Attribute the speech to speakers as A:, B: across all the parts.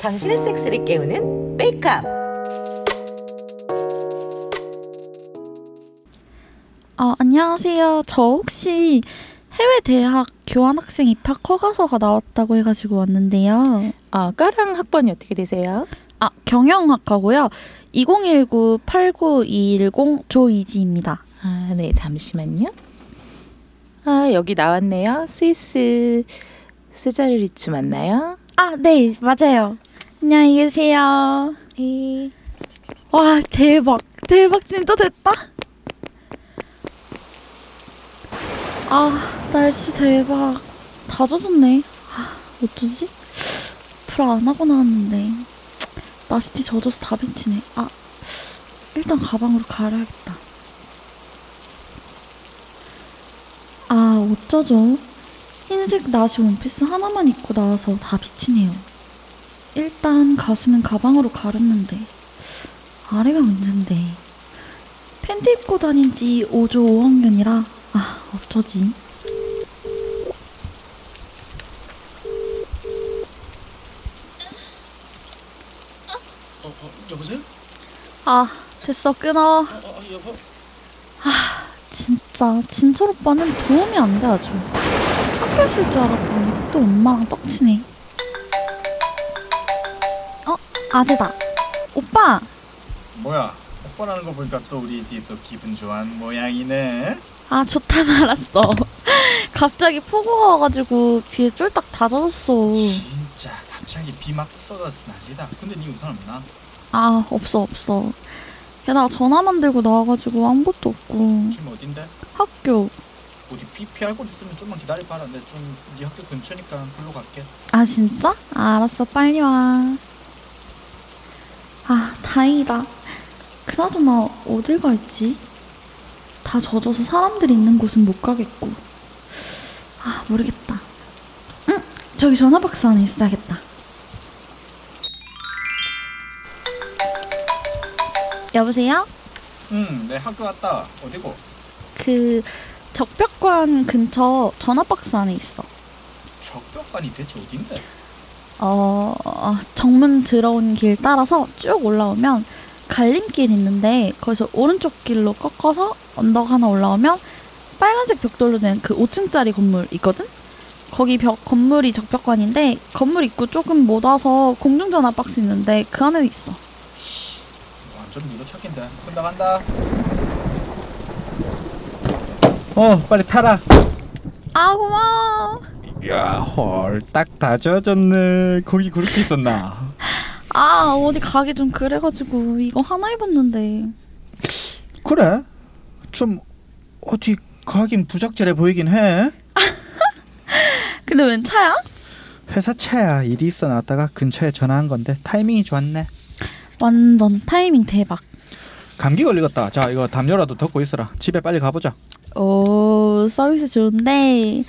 A: 당신의 섹스를 깨우는 메이크업.
B: 아, 안녕하세요. 저 혹시 해외 대학 교환학생 입학 허가서가 나왔다고 해가지고 왔는데요.
C: 아, 까랑 학번이 어떻게 되세요?
B: 아, 경영학과고요. 2019-89210 조이지입니다.
C: 아, 네, 잠시만요. 아, 여기 나왔네요. 스위스 세자르리츠 맞나요?
B: 아, 네, 맞아요. 안녕히 계세요.
C: 네.
B: 와, 대박. 대박, 진짜 됐다. 아, 날씨 대박. 다 젖었네. 아, 어쩌지? 불 안 하고 나왔는데. 나시티 젖어서 다 비치네. 아, 일단 가방으로 갈아야겠다. 아, 어쩌죠? 흰색 나시 원피스 하나만 입고 나와서 다 비치네요. 일단 가슴은 가방으로 가렸는데. 아래가 문제인데 팬티 입고 다닌 지 5조 5학년이라 아 어쩌지
D: 어, 어, 여보세요?
B: 아 됐어 끊어
D: 어, 어, 여보?
B: 진짜 진철 오빠는 도움이 안 돼 아주 학교 있을 줄 알았더니 또 엄마랑 떡치네 어 아재다 오빠
D: 뭐야? 오빠라는 거 보니까 또 우리 집도 기분 좋아한 모양이네.
B: 아 좋다 말았어 갑자기 폭우가 와가지고 비에 쫄딱 다 젖었어
D: 진짜 갑자기 비 막 쏟아서 난리다. 근데 네 우산 없나?
B: 아 없어 없어 게다가 전화만 들고 나와가지고 아무것도 없고
D: 지금 어딘데?
B: 학교
D: 우리 비 피할 곳 있으면 좀만 기다려봐라. 근데 좀 네 학교 근처니까 글로 갈게.
B: 아 진짜? 아, 알았어 빨리 와. 아 다행이다. 그나저나 어딜 갈지? 다 젖어서 사람들이 있는 곳은 못 가겠고. 아 모르겠다. 응 저기 전화박스 안에 있어야겠다. 여보세요?
D: 응, 내 학교 갔다. 어디고?
B: 그 적벽관 근처 전화박스 안에 있어.
D: 적벽관이 대체 어딘데?
B: 어, 어, 정문 들어온 길 따라서 쭉 올라오면 갈림길 있는데 거기서 오른쪽 길로 꺾어서 언덕 하나 올라오면 빨간색 벽돌로 된 그 5층짜리 건물 있거든? 거기 벽 건물이 적벽관인데 건물 입구 조금 못 와서 공중전화 박스 있는데 그 안에 있어.
D: 완전 미로 찾긴데. 혼자 간다. 어, 빨리 타라.
B: 아 고마워.
D: 야, 헐, 딱 다 젖었네. 거기 그렇게 있었나?
B: 아 어디 가기 좀 그래가지고 이거 하나 입었는데.
D: 그래? 좀 어디 가긴 부적절해 보이긴 해.
B: 근데 웬 차야?
D: 회사 차야 일이 있어 나왔다가 근처에 전화한 건데 타이밍이 좋았네.
B: 완전 타이밍 대박.
D: 감기 걸리겠다. 자 이거 담요라도 덮고 있어라. 집에 빨리 가보자.
B: 오, 어, 서비스 좋은데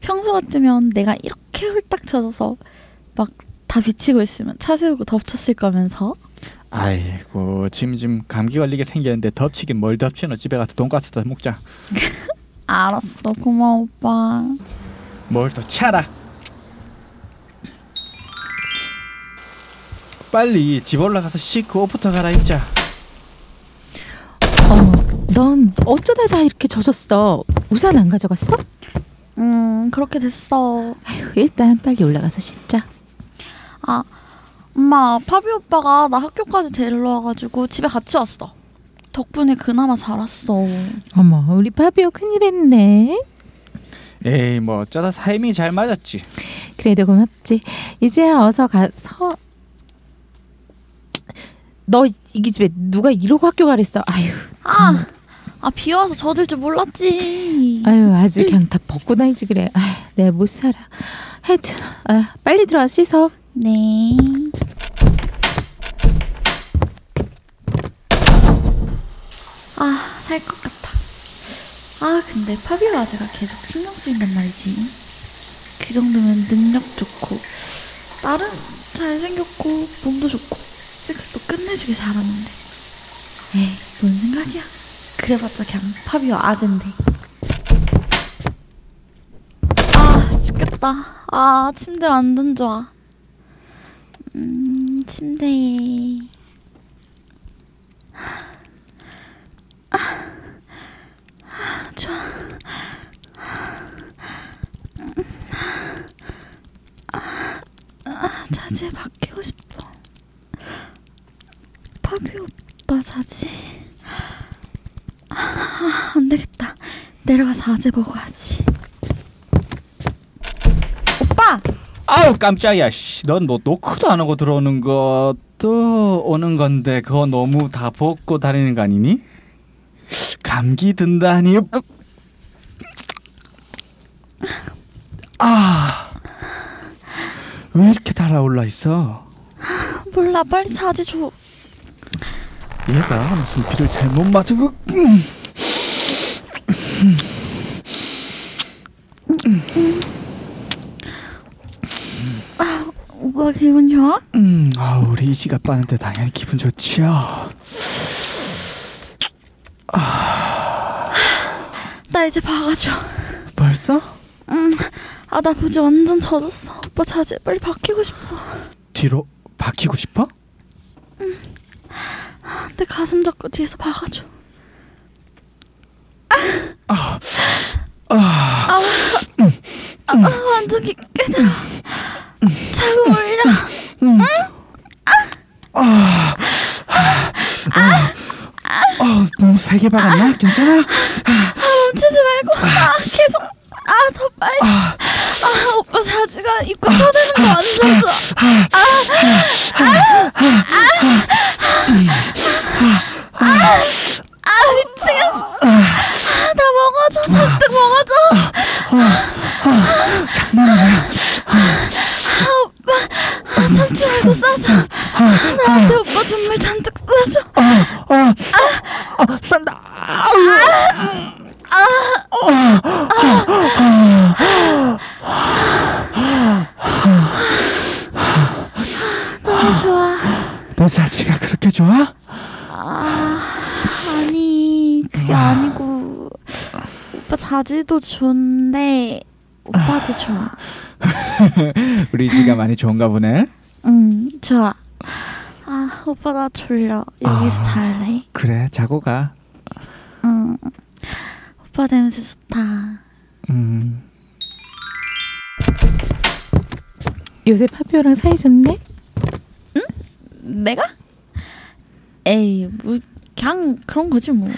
B: 평소 같으면 내가 이렇게 홀딱 쳐져서 막 다 비치고 있으면 차 세우고 덮쳤을 거면서
D: 아이고 지금 지금 감기 걸리게 생겼는데 덮치긴 뭘 덮치노 집에 가서 돈가스도 먹자.
B: 알았어 고마워 오빠
D: 뭘 또 차라. 빨리 집 올라가서 씻고 옷부터 갈아입자.
C: 어머, 넌 어쩌다 다 이렇게 젖었어. 우산 안 가져갔어?
B: 음 그렇게 됐어
C: 아휴, 일단 빨리 올라가서 씻자.
B: 아, 엄마 파비 오빠가 나 학교까지 데리러 와가지고 집에 같이 왔어 덕분에 그나마 잘 왔어
C: 어머, 우리 파비오 큰일 했네.
D: 에이 뭐 어쩌다 타이밍이 잘 맞았지.
C: 그래도 고맙지. 이제야 어서 가서. 너 이기 집에 누가 이러고 학교 가랬어? 아휴,
B: 아, 아 비와서 젖을 줄 몰랐지
C: 아유 아주 그냥 다 벗고 다니지 그래. 아휴, 내가 못 살아. 하여튼 아, 빨리 들어와 씻어.
B: 네 아, 살 것 같다. 아, 근데 파비오 아재가 계속 신경 쓰인단 말이지. 그 정도면 능력 좋고, 딸은 잘생겼고, 몸도 좋고, 섹스도 끝내주게 잘하는데. 에이, 뭔 생각이야. 그래봤자 그냥 파비오 아재인데. 아, 죽겠다. 아, 침대 완전 좋아. 음, 침대에. 아, 아, 좋아. 음, 아, 아, 자지에 바뀌고 싶어. 파비 오빠 자지. 아, 안 되겠다. 내려가서 자제 보고 하지. 오빠!
D: 아우 깜짝이야. 씨, 넌뭐 노크도 안 하고 들어오는 것도 오는 건데 그거 너무 다 벗고 다니는 거 아니니? 감기 든다니. 아. 왜 이렇게 달아올라 있어?
B: 몰라, 빨리 자지 줘.
D: 얘가 무슨 비를 잘못 음, 맞으고
B: 오빠 기분 좋아?
D: 음, 아 우리 이씨가 빠는데 당연히 기분 좋지요.
B: 나 이제 박아줘.
D: 벌써?
B: 응. 아, 나 보지 완전 젖었어. 오빠 자지 빨리 바뀌고 싶어.
D: 뒤로 박히고 싶어?
B: 내 가슴 잡고 뒤에서 박아줘.
D: 아,
B: 아, 완전 깊게 들어. 자고 올려.
D: 아, 아, 어, 너무 세게 박았나? 괜찮아?
B: 아, 멈추지 말고. 아, 계속. 아, 더 빨리.
D: 아,
B: 아, 오빠 자지가 입고 쳐대는 거 완전 좋아. 아, 미치겠어. 아, 나 먹어줘. 잔뜩 먹어줘. 아, 오빠. 아, 참지 말고 싸줘. 나한테 오빠 정말 잔뜩 싸줘.
D: 어, 어, 어, 싼다.
B: 너무 좋아.
D: 너 자식아 그렇게 좋아?
B: 아, 아니 그게 아니고 오빠 자질도 좋은데 오빠도 좋아.
D: 우리 이지가 많이 좋은가 보네.
B: 응, 좋아. 아, 오빠 나 졸려. 여기서
D: 아.
B: 잘래.
D: 그래, 자고 가.
B: 응. 오빠 냄새 좋다.
D: 음,
C: 요새 파비오랑 사이좋네?
B: 내가? 에이, 뭐 그냥 그런 거지 뭐.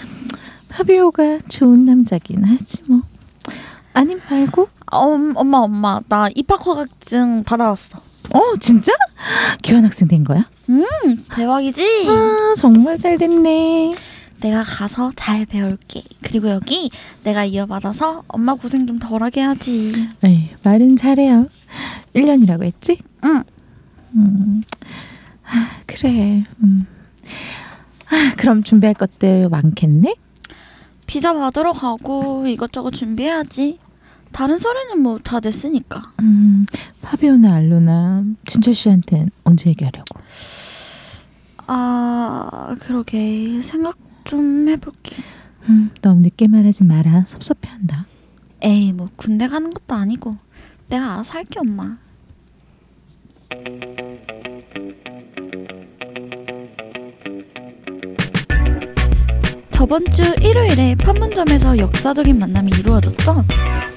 C: 파비오가 좋은 남자긴 하지 뭐. 아님 말고?
B: 아, 엄, 엄마, 엄마, 나 입학허가증 받아왔어.
C: 어 진짜? 교환학생 된 거야?
B: 응, 대박이지?
C: 아 정말 잘 됐네.
B: 내가 가서 잘 배울게. 그리고 여기 내가 이어받아서 엄마 고생 좀 덜하게 하지.
C: 에이, 말은 잘해요. 1년이라고 했지?
B: 응.
C: 음, 아, 그래. 음. 아, 그럼 준비할 것들 많겠네?
B: 비자 받으러 가고 이것저것 준비해야지. 다른 서류는 뭐 다 냈으니까.
C: 음, 파비오나 알로나 진철 씨한텐 언제 얘기하려고?
B: 아, 그러게. 생각 좀 해볼게.
C: 음, 너무 늦게 말하지 마라. 섭섭해한다.
B: 에이, 뭐 군대 가는 것도 아니고. 내가 알아서 할게, 엄마. 저번 주 일요일에 판문점에서 역사적인 만남이 이루어졌죠?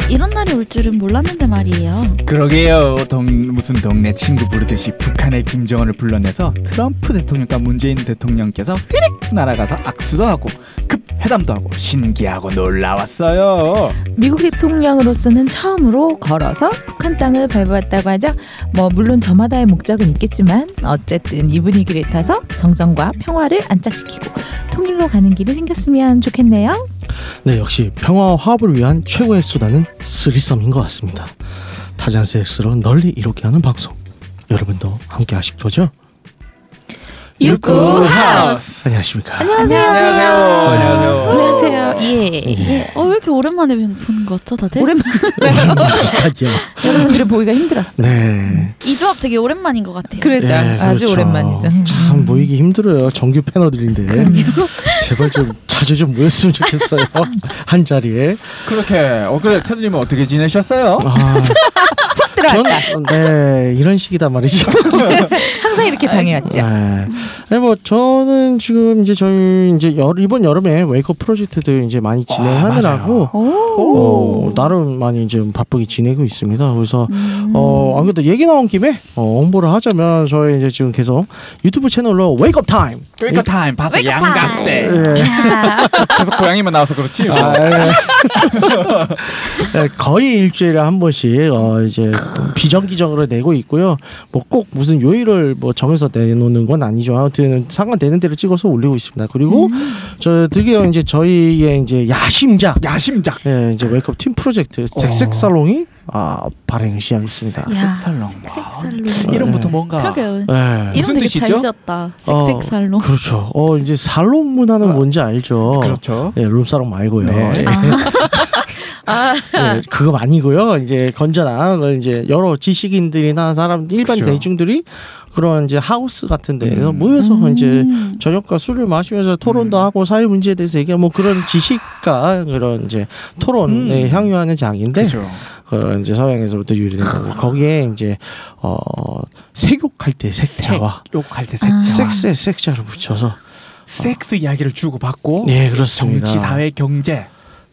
B: 이런 날이 올 줄은 몰랐는데 말이에요.
D: 그러게요. 동, 무슨 동네 친구 부르듯이 북한의 김정은을 불러내서 트럼프 대통령과 문재인 대통령께서 휘릭 날아가서 악수도 하고 급 회담도 하고 신기하고 놀라웠어요.
C: 미국 대통령으로서는 처음으로 걸어서 북한 땅을 밟아왔다고 하죠. 뭐 물론 저마다의 목적은 있겠지만 어쨌든 이 분위기를 타서 정전과 평화를 안착시키고 통일로 가는 길이 생겼으면 좋겠네요.
E: 네, 역시 평화와 화합을 위한 최고의 수단은 쓰리썸인 것 같습니다. 타잔스엑스로 널리 이롭게 하는 방송. 여러분도 함께 하실 거죠?
D: 유쿠하우스.
E: 안녕하십니까.
B: 안녕하세요.
D: 안녕하세요.
C: 안녕하세요. 예.
D: 네.
E: 예.
B: 어, 왜 이렇게 오랜만에 보는 거 같죠, 다들?
E: 안녕하세요.
C: 여러분들을 보기가 힘들었어요.
E: 네.
B: 이 조합 되게 오랜만인 것 같아요.
C: 그러죠.
E: 네,
C: 아주
E: 그렇죠.
C: 오랜만이죠.
E: 참 모이기 힘들어요. 정규 패널들인데 제발 좀 자주 좀 모였으면 좋겠어요. 한 자리에.
D: 그렇게 엊그제 테드님은 어떻게 지내셨어요?
E: 아,
C: 들어왔다.
E: 저는 네 이런 식이다 말이죠.
C: 항상 이렇게 당해왔죠.
E: 네. 아니 뭐 저는 지금 이제 저희 이제 여, 이번 여름에 웨이크업 프로젝트들 이제 많이 진행하느라고 어, 나름 많이 이제 바쁘게 지내고 있습니다. 그래서
B: 음.
E: 어, 안 그래도 얘기 나온 김에 어, 홍보를 하자면 저희 이제 지금 계속 유튜브 채널로 웨이크업 타임.
D: 그러니까 타임 봐서
B: 웨이크업
D: 양각 때 네.
B: 타임. 아,
D: 계속 고양이만 나와서 그렇지.
E: 아, 예. 예, 거의 일주일에 한 번씩 어, 이제 비정기적으로 내고 있고요. 뭐 꼭 무슨 요일을 뭐 정해서 내놓는 건 아니죠. 아무튼 상관되는 대로 찍어서 올리고 있습니다.
D: 뭐?
B: 음.
E: 그리고 저 드디어 이제 저희의 이제 야심작
D: 야심작.
E: 예, 이제 웨이크업 팀 프로젝트
D: 어.
E: 색색살롱이 아, 발행을
D: 아,
E: 시작했습니다.
B: 야.
D: 색살롱. 와.
B: 색살로.
D: 이름부터 뭔가.
B: 그러게요.
E: 예.
B: 아, 이름 되게
D: 뜻이죠?
B: 잘 지었다.
E: 어.
B: 색색살로.
E: 그렇죠. 어 이제 살롱 문화는 뭔지 알죠.
D: 어, 그렇죠.
E: 예, 룸살롱 말고요.
D: 네.
E: 예.
B: 아,
E: 예, 그거 아니고요. 이제 건전한 어, 이제 여러 지식인들이나 사람 일반
D: 그렇죠.
E: 대중들이 그런 이제 하우스 같은 데에서
D: 음.
E: 모여서 이제
B: 음.
E: 저녁과 술을 마시면서 토론도
D: 음.
E: 하고 사회 문제에 대해서 얘기하고 뭐 그런 지식과 그런 이제 토론에
D: 음.
E: 향유하는 장인데
D: 그렇죠.
E: 그 이제 서양에서부터 유래된 거고
D: 아.
E: 거기에 이제 어 색욕할 때 색자와
D: 욕할 때
B: 아.
D: 색자와
E: 섹스에 섹자를 붙여서
D: 섹스 이야기를 주고 받고.
E: 예 그렇습니다.
D: 어, 정치, 사회, 경제.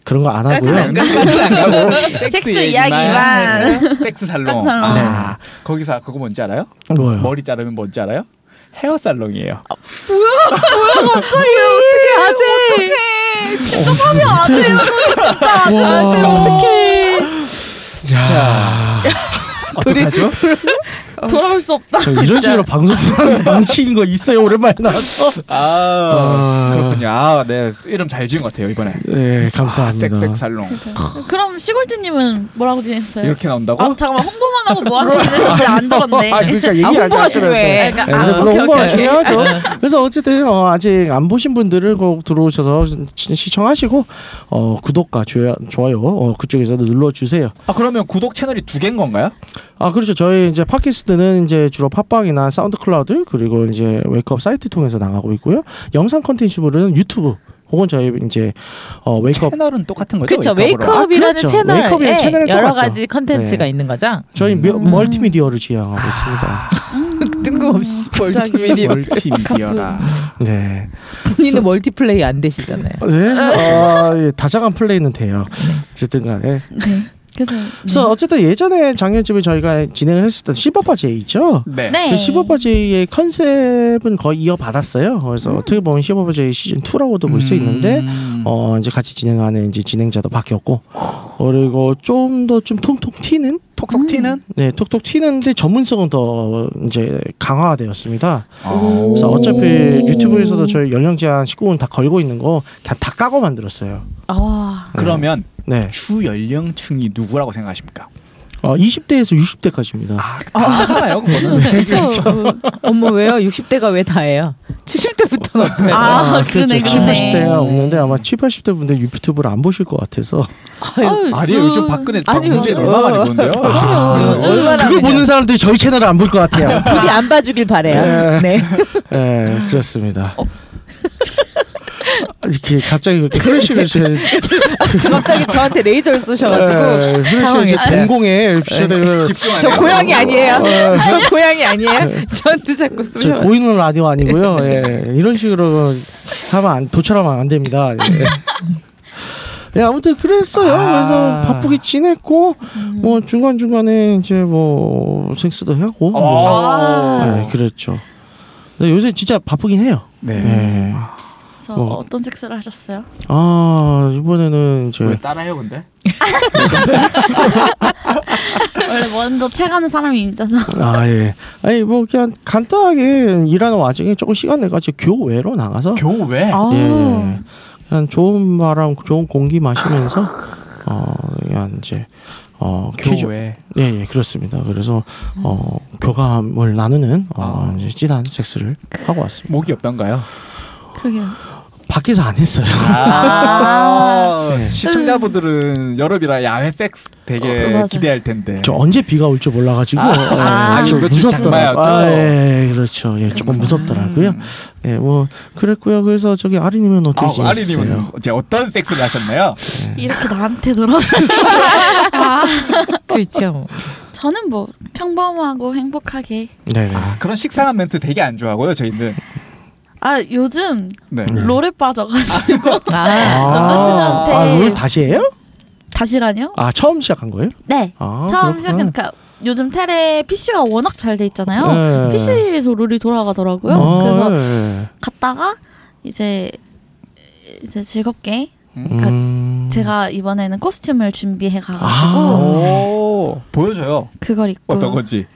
E: 그런 거 안
C: 까지는
E: 하고요.
C: 안 가고.
B: 섹스 이야기만.
D: 섹스 살롱.
B: 살롱.
D: 아, 거기서 그거 뭔지 알아요?
E: 뭐요?
D: 머리 자르면 뭔지 알아요? 헤어 살롱이에요.
C: 어떻게 아재?
E: 어, 와.
B: 어떡해.
E: 야.
D: 어, 자. 어떡하죠?
B: 돌아올 수 없다.
E: 저 이런 식으로 방송 망치는 거 있어요 오랜만에 나와서.
D: 아,
E: 아.
D: 그렇군요. 아, 네. 이름 잘 지은 것 같아요, 이번에.
E: 네 감사합니다.
D: 섹섹 살롱.
B: 그럼 시골지님은 뭐라고 지냈어요?
D: 이렇게 나온다고?
B: 아, 잠깐만. 홍보만 하고 뭐하고 지내셨는지 안 들었네.
E: 아 그러니까 얘기
C: 아,
E: 하지
C: 홍보가
E: 않으면
C: 중요해.
E: 네,
B: 그러니까,
E: 그래서
B: 아,
E: 물론
B: 오케이,
E: 홍보가
B: 오케이, 아. 오케이.
E: 중요하죠. 그래서 어쨌든 어, 아직 안 보신 분들은 꼭 들어오셔서 시- 시청하시고 어, 구독과 좋아- 좋아요 어, 그쪽에서도 눌러주세요.
D: 아, 그러면 구독 채널이 두 개인 건가요?
E: 아 그렇죠. 저희 이제 팟캐스트는 이제 주로 팟빵이나 사운드클라우드 그리고 이제 웨이크업 사이트 통해서 나가고 있고요. 영상 컨텐츠물은 유튜브 혹은 저희 이제 어, 웨이크업
D: 채널은 똑같은 거죠?
C: 그렇죠.
D: 웨이크업으로? 아,
C: 웨이크업이라는
E: 그러니까 그렇죠.
C: 채널에
E: 웨이크업이라는 채널은
C: 여러
E: 똑같죠.
C: 가지 컨텐츠가
E: 네.
C: 있는 거죠.
E: 저희 미-
B: 음. 아.
E: 멀티미디어를 지향하고 있습니다. 음,
C: 뜬금없이
D: 아,
C: 멀티미디어.
D: 멀티미디어라.
E: 네.
C: 본인은 멀티플레이 안 되시잖아요.
E: 네. 아, 예, 다자간 플레이는 돼요. 어쨌든 간에.
B: 네. 그래서
D: 음.
E: 그래서 어쨌든 예전에 작년쯤에 저희가 진행을 했을 때 시버파 제이죠.
D: 네.
E: 그 시버파 제이의 컨셉은 거의 이어받았어요. 그래서 어떻게 보면 시버파 제이 시즌 2라고도 볼 수 있는데
D: 음.
E: 어 이제 같이 진행하는 이제 진행자도 바뀌었고 그리고 좀 더 좀 통통 튀는
D: 톡톡 튀는?
E: 네 톡톡 튀는데 전문성은 더 이제 강화되었습니다.
C: 음.
D: 어.
E: 그래서 어차피
C: 오.
E: 유튜브에서도 저희 연령 제한 19분 다 걸고 있는 거 그냥 다 까고 만들었어요.
B: 아.
D: 그러면
E: 네.
D: 주 연령층이 누구라고 생각하십니까?
E: 어, 20대에서 60대까지입니다.
D: 아, 다잖아요 그거는.
C: 그렇죠. 어머 왜요? 60대가 왜 다예요? 70대부터는 어때요?
B: 아, 그러네,
E: 그렇죠. 70,
B: 그러네.
E: 80대가 없는데 아마 70, 80대 분들 유튜브를 안 보실 것 같아서.
C: 아유,
D: 아니 요즘 박근혜
C: 음. 아니,
D: 박문재
C: 요즘-
D: 얼마 많이 보는데요?
C: 아, 요즘 얼마나
E: 그거
C: 그냥-
E: 보는 사람들이 저희 채널을 안 볼 것 같아요.
C: 부디 안 봐주길 바래요. 네.
E: 예, 그렇습니다. 이렇게 갑자기 그렇게 프레쉬를 제
C: 저 갑자기 저한테 레이저를 쏘셔가지고
E: 예, 프레쉬를 제
C: 당황했어요.
E: 동공에 비추대를
D: 집중하네요.
C: 저 고양이 아니에요.
E: 어.
C: 저 고양이 아니에요. 저한테 자꾸
E: 네. 저
C: 쏘셔.
E: 보이는 라디오 아니고요. 예, 이런 식으로 하면 안, 도처하면 안 됩니다. 예. 예, 아무튼 그랬어요.
D: 아. 음.
E: 그래서 바쁘게 지냈고 뭐 중간 중간에 이제 뭐 섹스도 하고. 뭐
D: 아.
E: 네, 그렇죠. 근데 요새 진짜 바쁘긴 해요.
D: 네.
B: 그래서
E: 뭐.
B: 어떤 섹스를 하셨어요?
E: 아 이번에는 이제
D: 왜 따라해요 근데?
B: 원래 먼저 책하는 사람이 있잖아.
E: 아 예. 아니 뭐 그냥 간단하게 일하는 와중에 조금 시간 내가지고 교외로 나가서
D: 교회?
B: 아.
E: 예, 예. 그냥 좋은 바람, 좋은 공기 마시면서 어 그냥 이제 어, 퀴즈-
D: 교회.
E: 예, 예, 그렇습니다. 그래서 어, 교감을 나누는 어,
D: 아.
E: 이제 찌단 섹스를 하고 왔습니다.
D: 목이 없던가요?
B: 그러게요.
E: 밖에서 안 했어요.
D: 아,
E: 네.
D: 시청자분들은 여름이라 야외 섹스
B: 어,
D: 되게
B: 맞아.
D: 기대할 텐데.
E: 저 어, 언제 비가 올 줄 몰라가지고 예,
D: 아,
B: 아,
E: 좀
D: 이거 지금 장마였죠?
E: 아, 예, 예, 그렇죠. 예,
B: 그렇구나.
D: 음.
E: 조금 무섭더라고요. 예, 뭐 그랬고요. 그래서 저기 아리님은 어떻게
D: 아,
E: 지내셨어요? 예.
D: 아리님은 이제 어떤 섹스를 하셨나요?
B: 이렇게 나한테 돌아. 아,
C: 그렇죠.
B: 저는 뭐 평범하고 행복하게.
E: 네, 네.
D: 아, 그런 식상한 멘트 되게 안 좋아하고요, 저희는.
B: 아 요즘
D: 네.
E: 네.
B: 롤에 빠져가지고
C: 아,
B: 남자친구한테-
E: 아, 롤 다시 해요?
B: 다시라뇨?
E: 아, 처음 시작한 거예요?
B: 네.
E: 아,
B: 처음
E: 그렇구나.
B: 시작한 그러니까 요즘 테레 PC가 워낙 잘 돼 있잖아요.
E: 예.
B: PC에서 롤이 돌아가더라고요.
E: 아,
B: 그래서
E: 예.
B: 갔다가 이제 이제 즐겁게
E: 음.
B: 그러니까 제가 이번에는 코스튬을 준비해
E: 아.
B: 가가지고
D: 오, 보여줘요.
B: 그걸 입고
D: 어떤 건지.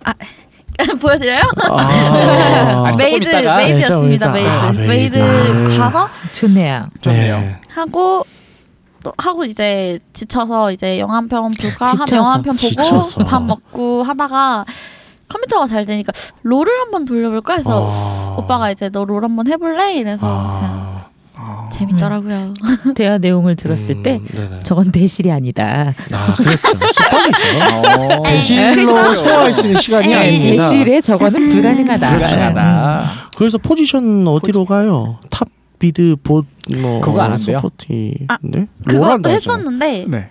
B: 보여드려요?
E: 아.
D: 조금
B: 메이드
D: 있다가.
B: 메이드였습니다.
E: 네,
B: 메이드
E: 조금 있다가.
B: 메이드
E: 아, 메이드.
B: 가서
C: 좋네요.
D: 좋네요.
E: 네.
B: 하고 또 하고 이제 지쳐서 이제 영화 한 편 볼까 한
C: 지쳐서,
B: 영화 한 편 보고
E: 지쳐서.
B: 밥 먹고 하다가 컴퓨터가 잘 되니까 롤을 한번 돌려볼까 해서
E: 아.
B: 오빠가 이제 너 롤 한번 해볼래 이래서
E: 아.
D: 아,
B: 그냥 재밌더라고요.
C: 대화 내용을 들었을
E: 음,
C: 때
E: 네네.
C: 저건 대실이 아니다.
E: 아, 그렇죠. 숙박이죠.
D: 어.
E: 대실로 소화할 수 있는 시간이
B: 에이,
E: 아닙니다.
C: 네, 대실에 저거는 불가능하다.
D: 불가능하다.
E: 그래서 포지션 어디로 가요? 탑, 미드, 봇, 뭐
D: 그거 안 한대요?
E: 서포티.
B: 아,
E: 네?
B: 그것도
E: 롤한다죠.
B: 했었는데
D: 네.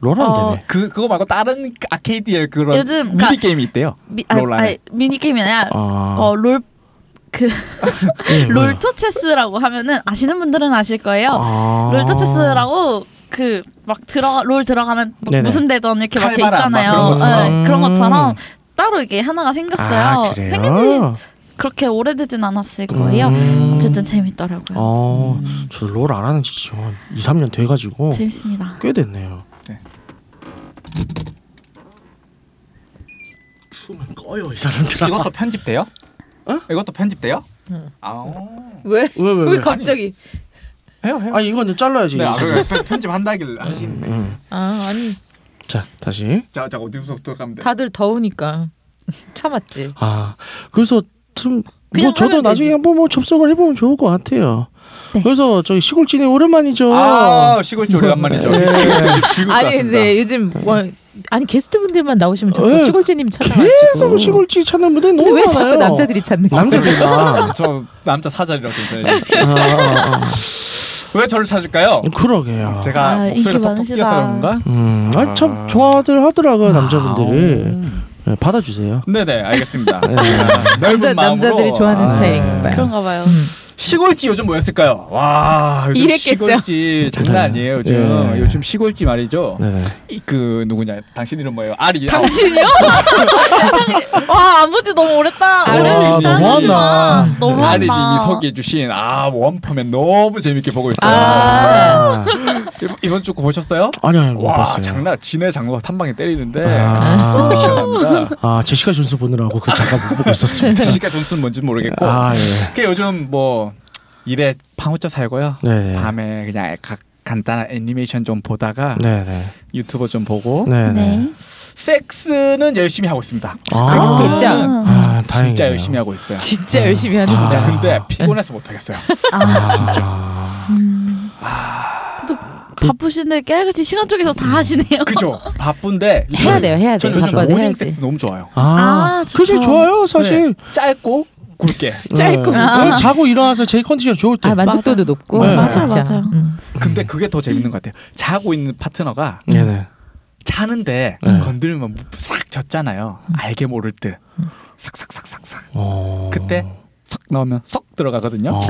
E: 롤한
B: 어,
E: 되네.
D: 그 그거 말고 다른 아케이드의 그런
B: 요즘
D: 미니
B: 그러니까-
D: 게임이 있대요.
B: 미, 아,
D: 롤 안에.
B: 아니, 미니 게임이 아니라
E: 아.
B: 어 롤
E: 예, 뭐요?
B: 롤토 체스라고 하면은 아시는 분들은 아실 거예요.
E: 아.
B: 롤토 체스라고 그 막 들어가 롤 들어가면 막
E: 네네.
B: 무슨 대전 이렇게 막 이렇게
D: 칼바람 막
B: 있잖아요.
D: 그런
E: 것처럼.
B: 네, 그런 것처럼 따로 이게 하나가 생겼어요.
E: 아, 그래요?
B: 생긴 지 그렇게 오래되진 않았을 거예요.
E: 음.
B: 어쨌든 재밌더라고요. 음.
E: 어, 저 롤 안 하는 지 지금 한 2, 3년 돼 가지고
B: 재밌습니다.
E: 꽤 됐네요.
D: 네.
E: 추우면 꺼요, 이 사람들아.
D: 이것도 편집돼요?
E: 어?
D: 이것도 편집돼요?
C: 응.
D: 아오.
C: 음. 왜?
E: 왜, 왜,
C: 왜
E: 왜?
C: 갑자기?
D: 해요 해요.
E: 아, 이거는 잘라야지.
D: 네, 아,
E: 이거.
D: 그래. 편- 편집한다길래 하신.
E: 음, 음.
C: 아 아니
E: 자, 다시.
D: 자, 자 어디서부터 가면 돼?
C: 다들 더우니까 참았지.
E: 아 그래서 좀
C: 그냥
E: 뭐 저도
C: 하면
E: 나중에
C: 되지.
E: 한번 뭐 접속을 해보면 좋을 것 같아요.
B: 네.
E: 그래서 저기 시골진이 오랜만이죠.
D: 아, 시골 조리 간만이죠.
E: 예.
D: 즐거웠습니다.
C: 아니 근데 요즘 뭐 아니 게스트분들만 나오시면 자꾸
E: 예,
C: 시골지님 찾아가지고.
E: 계속 뭐 시골지 찾는 분들 너무
C: 근데 왜
E: 많아요.
C: 자꾸 남자들이 찾는 거야?
E: 남자들만.
D: 저 남자 사자리라고 저는
E: 아, 아, 아.
D: 네. 왜 저를 찾을까요?
E: 그러게요.
D: 제가
B: 아, 인기
D: 목소리가 톡톡
B: 많으시다.
D: 뛰어서 그런가?
E: 음, 아,
D: 아.
E: 참 좋아들 하더라고요 남자분들을 네, 받아주세요.
D: 어. 네네 알겠습니다. 아,
E: 네.
D: 넓은
C: 남자
D: 마음으로.
C: 남자들이 좋아하는
D: 아,
C: 스타일인가 봐요. 음.
B: 그런가 봐요.
D: 시골지 요즘 뭐였을까요? 와 요즘
C: 이랬겠죠.
D: 시골지 장난 아니에요 요즘
E: 예.
D: 요즘 시골지 말이죠.
E: 네네.
D: 이, 그 누구냐 당신 이름 뭐예요? 아리.
B: 당신이요? 와, 안본지 너무 오랬다.
D: 와,
C: 아,
B: 오래됐다.
E: 음. 너무하다.
B: 하지만
D: 음. 아리님이
B: 너무하다.
D: 소개해 주신 아 원펌맨 너무 재밌게 보고 있어요.
C: 아.
E: 아,
D: 이번- 이번 주 거 보셨어요?
E: 아니 아니 못
D: 와
E: 봤어요.
D: 장난 진해 장로가 탄방에 때리는데 너무
E: 아,
D: 시원합니다.
E: 아 제시카 존스 보느라고 그 잠깐 못 보고 있었습니다.
D: 지식과 존슨 뭔지 는 모르겠고
E: 아 예.
D: 그게 요즘 뭐 일에 방우쳐 살고요.
E: 네네.
D: 밤에 그냥 가- 간단한 애니메이션 좀 보다가
E: 네네.
D: 유튜버 좀 보고
E: 네네.
B: 네.
D: 섹스는 열심히 하고 있습니다.
E: 아,
D: 섹스는
C: 됐죠?
E: 아,
D: 진짜
E: 다행이네요.
D: 열심히 하고 있어요.
C: 진짜 열심히 하는.
E: 아.
D: 진짜 근데 피곤해서 못 하겠어요.
B: 아,
E: 진짜.
B: 음.
E: 아.
B: 바쁘신데 깨알같이 시간 쪼개서 다 하시네요.
D: 그죠? 바쁜데
C: 해야 돼요, 해야
D: 전
C: 돼요.
D: 요즘
C: 바빠도
D: 모닝
C: 해야지.
D: 섹스 너무 좋아요.
E: 아,
B: 아,
E: 그게
B: 좋죠.
D: 네.
E: 좋아요, 사실.
D: 짧고 굵게.
C: 짧고.
E: 네.
B: 굵고.
E: 오늘 자고 일어나서 제일 컨디션 좋을 때.
C: 아 만족도도 높고.
E: 네. 맞아요,
C: 그렇죠.
B: 맞아요.
C: 음.
D: 근데 그게 더 재밌는 것 같아요. 자고 있는 파트너가
E: 네네.
D: 자는데
E: 네.
D: 건들면 뭐 싹 젖잖아요. 알게 모를 듯 싹싹싹싹싹
E: 어.
D: 그때? 싹 넣으면 쏙 들어가거든요.
E: 어.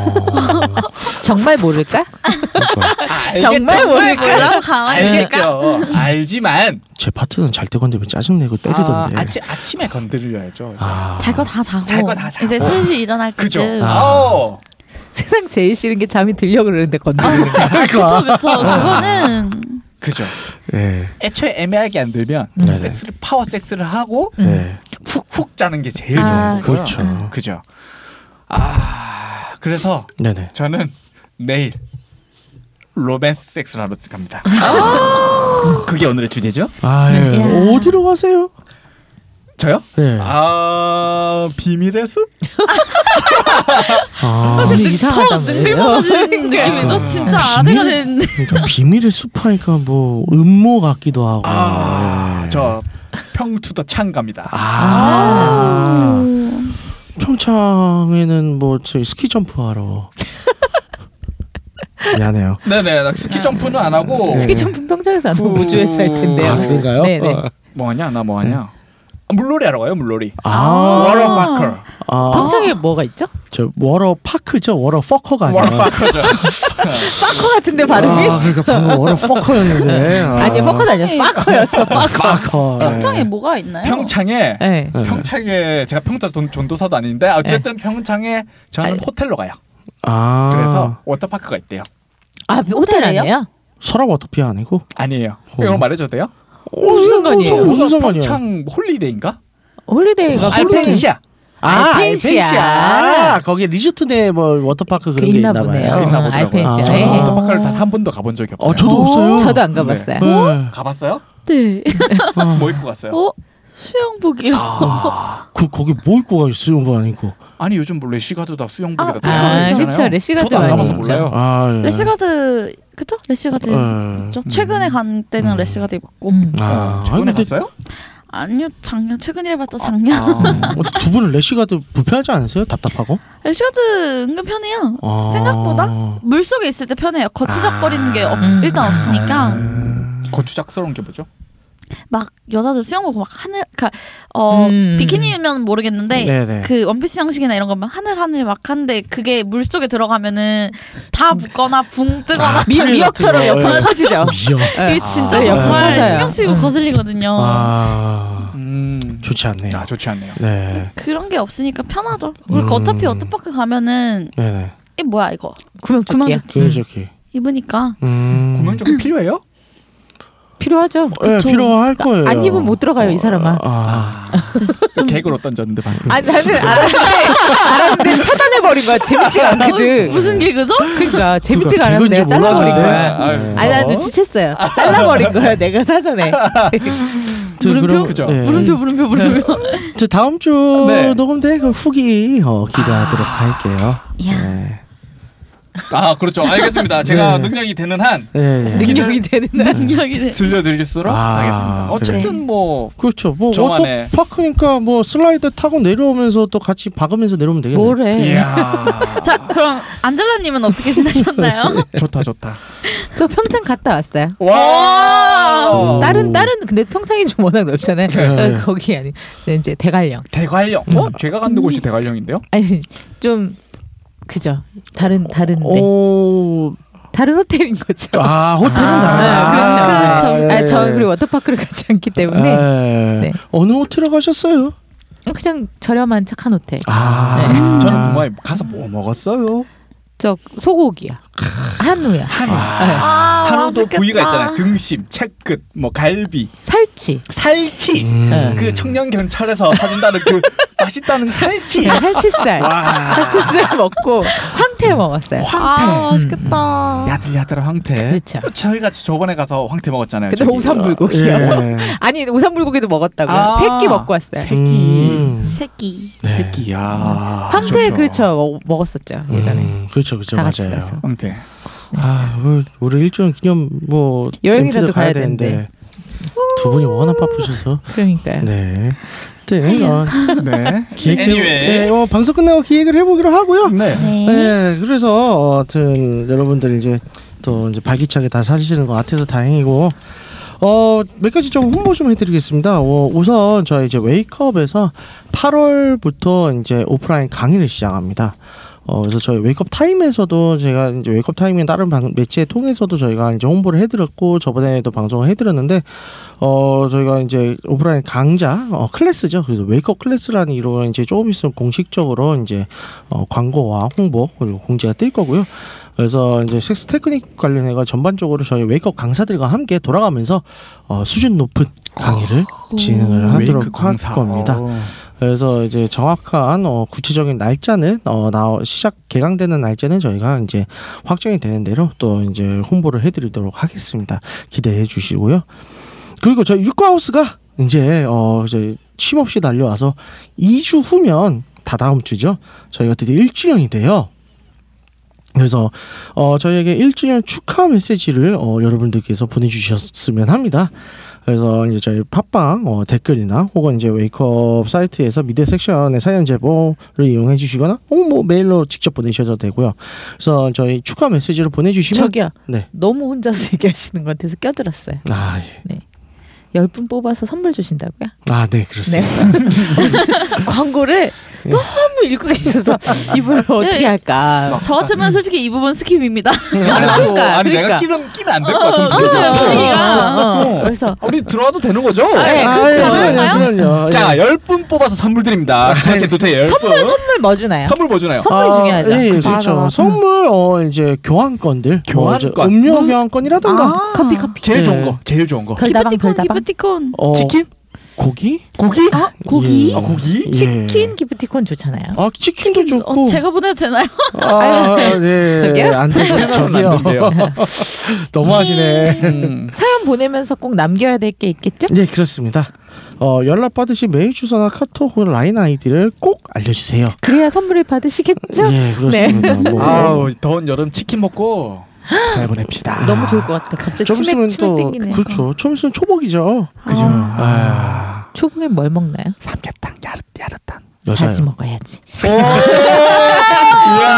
C: 정말 모를까?
E: 그러니까
D: 아,
C: 정말
D: 알겠죠.
E: 네.
C: 모를까?
B: 그럼 네. 가만히
D: 알겠죠. 알지만
E: 제 파트는 잘 때 건드리면 짜증내고 때리던데.
D: 아, 아침 아침에 건드려야죠.
E: 아.
B: 잘 거 다 자고
D: 잘거다 자고.
B: 어, 이제 슬슬 일어날
D: 그죠.
B: 때쯤
E: 아.
D: 아오.
C: 세상 제일 싫은 게 잠이 들려 그러는데 건드리는 거.
B: 그쵸 그쵸 그거는
D: 그죠.
E: 예.
D: 애초에 애매하게 안 들면
E: 네네.
D: 섹스를 파워 섹스를 하고
C: 음.
E: 네.
D: 훅훅 짜는 게 제일
B: 아,
D: 좋은 거예요.
E: 그렇죠.
D: 그죠. 아 그래서
E: 네네.
D: 저는 내일 로맨스 섹스라로 갑니다. 아! 그게 오늘의 주제죠?
E: 아유
B: 야.
E: 어디로 가세요?
D: 저요?
E: 네.
D: 아
E: 아,
D: 비밀의 숲?
C: 오늘 이상하다.
F: 능글맞아
C: 그러니까.
F: 느낌이죠? 진짜
E: 네. 아,
F: 아대가
E: 비밀?
F: 됐는데
E: 그러니까 비밀의 숲하니까 뭐 음모 같기도 하고. 예.
D: 아, 아저 네. 아. 평투더 창갑니다.
E: 아.
D: 네.
B: 음.
E: 평창에는 뭐 저기 스키 점프 하러. 미안해요.
D: 네네 나 스키 아. 네. 점프는 안 하고
E: 스키
C: 어. 특히 전분 평창에서 안
D: 구-
C: 무주했을 텐데요.
E: 아, 그런가요?
C: 네네.
E: 어.
D: 뭐하냐 나 뭐하냐? 아, 물놀이 하러 가요 물놀이.
E: 아.
D: 워터파크.
E: 아.
C: 평창에 뭐가 있죠?
E: 저 워터 파크죠. 워터
D: 네.
E: 퍼커가 아니라.
D: 워터파크죠.
C: 파커 같은데 발음이?
E: 아, 그러니까 방금 워터 퍼커였는데. 아.
C: 아니 퍼커는 아니었어. 파커였어. 파커.
E: 퍼커. 예.
B: 평창에 뭐가 있나요?
D: 평창에
C: 네.
E: 예.
D: 평창에 제가 평창 전, 전도사도 아닌데 어쨌든 평창에 저는
C: 아니.
D: 호텔로 가요.
E: 아.
D: 그래서 워터파크가 있대요.
C: 아 호텔 아니에요?
E: 서랍 워터피아 아니고.
D: 아니에요.
E: 어.
D: 이걸 말해줘도 돼요?
C: 무슨 상관이에요?
E: 무슨
D: 무슨
E: 상관이에요?
D: 평창 홀리데이인가?
C: 홀리데이가
D: 알펜시아.
E: 아,
C: 알펜시아.
E: 알펜시아. 거기 리조트 내뭐 워터파크 그런 게
C: 있나
E: 있나
C: 보네요.
E: 봐요.
D: 있나
C: 아,
D: 보더라고요.
C: 알펜시아.
E: 어, 예.
D: 저는 워터파크를 단 한 번도 가본 적이 없어요.
E: 어, 저도 없어요.
C: 저도 안 가봤어요.
E: 네.
D: 가봤어요?
F: 네.
E: 아,
D: 뭐 입고 갔어요?
B: 어? 수영복이요.
D: 아,
E: 그 거기 뭐 입고 가 있어요? 거 아니고.
D: 아니 요즘 뭐 레시가드 다 수영복이다.
B: 아,
D: 다
C: 아,
D: 있잖아요.
C: 그쵸. 레시가드
D: 저도 안
C: 많이
D: 가봐서
C: 있죠.
D: 몰라요.
E: 아, 예.
B: 래시가드 그쵸? 래시가드
E: 예.
B: 있죠. 최근에 간 때는
E: 음.
B: 래시가드 입었고
C: 음.
E: 아,
D: 최근에
E: 아니, 근데
D: 갔어요?
B: 아니요 작년 최근에 봤죠 작년.
D: 아,
E: 어, 두 분은 래시가드 불편하지 않으세요? 답답하고?
B: 래시가드 은근 편해요.
E: 아.
B: 생각보다 물 속에 있을 때 편해요. 거치적거리는 게 없,
E: 아.
C: 음.
B: 일단 없으니까
E: 음.
D: 고추작스러운 게 뭐죠?
B: 막 여자들 수영복 막 하늘 그러니까, 그어
C: 음.
B: 비키니면 모르겠는데
E: 네네.
B: 그 원피스 형식이나 이런 거막 하늘 하늘 막 한데 그게 물 속에 들어가면은 다 묻거나 붕 뜨거나
E: 음. 아,
C: 미,
E: 틀
C: 미역처럼
E: 같은 거.
C: 옆으로 터지죠.
E: 아, 미역.
C: 네.
B: 이게 진짜
E: 아,
B: 정말
E: 맞아요.
B: 신경 쓰이고
C: 음.
B: 거슬리거든요.
E: 아,
D: 음,
E: 좋지 않네요.
D: 아 좋지 않네요.
E: 네.
B: 그런 게 없으니까 편하죠. 그리고 어차피
E: 음.
B: 워터파크 가면은
E: 네네.
B: 이 뭐야 이거
C: 구명조끼야.
E: 조여적기.
B: 입으니까
E: 음.
D: 구명 조끼 필요해요?
C: 필요하죠.
E: 예,
C: 그쵸.
E: 필요할
C: 그러니까
E: 거예요.
C: 안 입으면 못 들어가요, 이 사람아.
E: 아.
D: 개그로 던졌는데 방금.
C: 아니 나는 알았는데 알았는데 차단해 버린 거야. 재밌지가 않거든.
B: 무슨 개그죠?
C: 그러니까 재밌지가
E: 그러니까
C: 않아서 내가
E: 그건지
C: 잘라버린
E: 몰랐는데.
C: 거야.
E: 아유,
C: 아니 나 눈치챘어요. 잘라버린 거야. 내가 사전에.
E: 물음표? 그럼,
D: 그죠?
E: 예.
B: 물음표 물음표 물음표.
E: 저 다음 주
D: 네.
E: 녹음 때 그 후기
C: 아.
E: 어, 기대하도록 할게요.
B: 야
E: 네.
D: 아 그렇죠. 알겠습니다. 제가
E: 네.
D: 능력이 되는 한
E: 네. 네.
C: 능력이 되는 날.
B: 능력이네.
D: 들려드릴수록
E: 아,
D: 하겠습니다. 어쨌든
B: 그래.
D: 뭐
E: 그렇죠. 뭐
D: 저만의-
E: 워터 파크니까 뭐 슬라이드 타고 내려오면서 또 같이 박으면서 내려오면 되겠네.
C: 뭐래?
E: 예.
D: 이야.
B: 자 그럼 안젤라님은 어떻게 지내셨나요?
D: 좋다 좋다.
C: 저 평창 갔다 왔어요.
D: 와.
E: 오.
C: 다른 다른 근데 평창이 좀 워낙 넓잖아요.
E: 어. 네.
C: 거기 아니 네, 이제 대관령.
D: 대관령.
E: 음.
D: 어? 제가 간 곳이 대관령인데요?
C: 아니 좀 그죠. 다른 다른데
E: 오.
C: 다른 호텔인 거죠.
E: 아 호텔은
C: 아,
E: 다르다.
C: 그렇죠.
E: 예.
C: 아, 저 그리고 워터파크를 가지 않기 때문에
E: 예.
C: 네.
E: 어느 호텔에 가셨어요?
C: 그냥 저렴한 착한 호텔.
E: 아.
C: 네.
D: 저는 궁금해 가서 뭐 먹었어요?
C: 저 소고기야. 한우야.
D: 한우.
E: 아.
B: 네.
D: 한우도
B: 맛있겠다.
D: 부위가 있잖아요. 등심, 채끝, 뭐 갈비,
C: 살치.
D: 살치.
E: 음.
D: 그 청년 경찰에서 사준다는 그 맛있다는 살치.
E: 네.
C: 그냥 살치살.
D: 와.
C: 살치살 먹고 황태 먹었어요.
B: 아
D: 황태.
C: 음.
B: 맛있겠다.
D: 야들야들한 황태.
C: 어? 그렇죠.
D: 저희가 저번에 가서 황태 먹었잖아요.
C: 근데
D: 저기.
C: 홍삼 불고기요.
E: 예.
C: 아니 우산 불고기도 먹었다고요.
D: 아.
C: 새끼 먹고 왔어요.
D: 새끼.
E: 음.
B: 새끼.
E: 네.
D: 새끼야.
C: 황태 그렇죠 먹- 먹었었죠 예전에.
E: 음, 그렇죠, 그렇죠,
C: 다 같이
E: 맞아요.
C: 가서.
D: 황태.
E: 아, 우리- 우리 일주일 기념 뭐
C: 여행이라도
E: MT도
C: 가야
E: 두 분이 워낙 바쁘셔서
C: 그러니까요.
E: 네. 네, 어,
D: 네.
C: 그,
E: 기획 네,
D: anyway.
E: 어, 방송 끝나고 기획을 해보기로 하고요.
D: 네.
E: 네, 그래서 어튼 여러분들 이제 또 이제 발기차게 다 사시는 것 같아서 다행이고. 어, 몇 가지 좀 홍보 좀 해드리겠습니다. 어, 우선 저희 이제 웨이크업에서 8월부터 이제 오프라인 강의를 시작합니다. 어, 그래서 저희 웨이크업 타임에서도 제가 이제 웨이크업 타임이 다른 방, 매체 통해서도 저희가 이제 홍보를 해드렸고 저번에도 방송을 해드렸는데 어 저희가 이제 오프라인 강좌 어, 클래스죠. 그래서 웨이크업 클래스라는 이름으로 이제 조금 있으면 공식적으로 이제 어, 광고와 홍보 그리고 공지가 뜰 거고요. 그래서 이제 섹스 테크닉 관련해가 전반적으로 저희 웨이크업 강사들과 함께 돌아가면서 어, 수준 높은 강의를 진행을
D: 웨이크
E: 하도록 할
D: 광사
E: 겁니다.
D: 어.
E: 그래서 이제 정확한 어, 구체적인 날짜는 어, 나 시작 개강되는 날짜는 저희가 이제 확정이 되는 대로 또 이제 홍보를 해드리도록 하겠습니다. 기대해 주시고요. 그리고 저희 육과하우스가 이제 어 이제 쉼 없이 달려와서 2주 후면 다다음 주죠. 저희가 드디어 1주년이 돼요. 그래서 어 저희에게 1주년 축하 메시지를 어 여러분들께서 보내주셨으면 합니다. 그래서 이제 저희 팟빵 어, 댓글이나 혹은 이제 웨이크업 사이트에서 미대 섹션의 사연 제보를 이용해 주시거나 혹은 뭐 메일로 직접 보내셔도 되고요. 그래서 저희 축하 메시지를 보내주시면
C: 저기요.
E: 네.
C: 너무 혼자서 얘기하시는 것 같아서 껴들었어요.
E: 아, 예.
C: 열 분 뽑아서 선물 주신다고요?
E: 아, 네,
C: 네.
E: 그렇습니다.
C: 광고를
E: 예.
C: 너무 읽고 계셔서 이걸 어떻게
F: 네.
E: 아,
C: 할까?
B: 저
E: 음.
B: 같으면 솔직히 이 부분 스킵입니다.
D: 아니,
C: 그러니까,
D: 아니
C: 그러니까.
D: 내가 끼면 끼면 안 될 것 같은데.
B: 어, 어, 어, 어.
C: 어, 어. 그래서
D: 아, 우리 들어와도 되는 거죠?
C: 아, 예, 그렇죠.
E: 예,
B: 가능한가요?
E: 그럼요, 그럼요.
D: 자,
E: 예.
D: 10분 뽑아서 선물 드립니다. 이렇게 도대 10분.
C: 선물 선물 뭐 주나요?
D: 어, 선물 뭐 주나요?
C: 선물이 중요하죠.
E: 예, 예,
C: 그죠?
E: 그렇죠.
C: 음.
E: 선물 어 이제 교환권들,
D: 교환권.
E: 어, 이제 음료 교환권이라든가
C: 뭐? 아, 커피 커피.
D: 제일
E: 네.
D: 좋은 거. 제일 좋은 거.
C: 별다방
B: 기프티콘,
C: 별다방.
B: 기프티콘.
E: 어,
D: 치킨?
E: 고기,
D: 고기?
C: 아 고기.
E: 예.
D: 아, 고기?
E: 예.
C: 치킨 기프티콘 좋잖아요.
E: 아 치킨도
B: 치킨,
E: 좋고.
B: 어, 제가 보내도 되나요?
E: 아, 아, 예,
C: 저기요?
E: 안 돼요.
D: 저는 안
E: 저기요.
D: 된대요.
C: 예.
E: 너무하시네.
D: 음.
C: 사연 보내면서 꼭 남겨야 될 게 있겠죠?
E: 네, 그렇습니다. 어 연락 받으신 메일 주소나 카톡 혹은 라인 아이디를 꼭 알려주세요.
C: 그래야 선물을 받으시겠죠?
E: 예, 그렇습니다.
C: 네.
E: 뭐,
D: 아우, 더운 여름 치킨 먹고 잘 보냅시다.
C: 너무 좋을 것 같다. 갑자기
E: 예. 좀
C: 치맥
E: 있으면
C: 치맥
E: 또
C: 땡기네.
E: 그렇죠. 좀 있으면 초복이죠.
D: 그죠? 아.
C: 초봉에 뭘 먹나요?
D: 삼계탕 야릇 야릇한.
C: 자주 먹어야지. 뭐.
D: 오! 우와!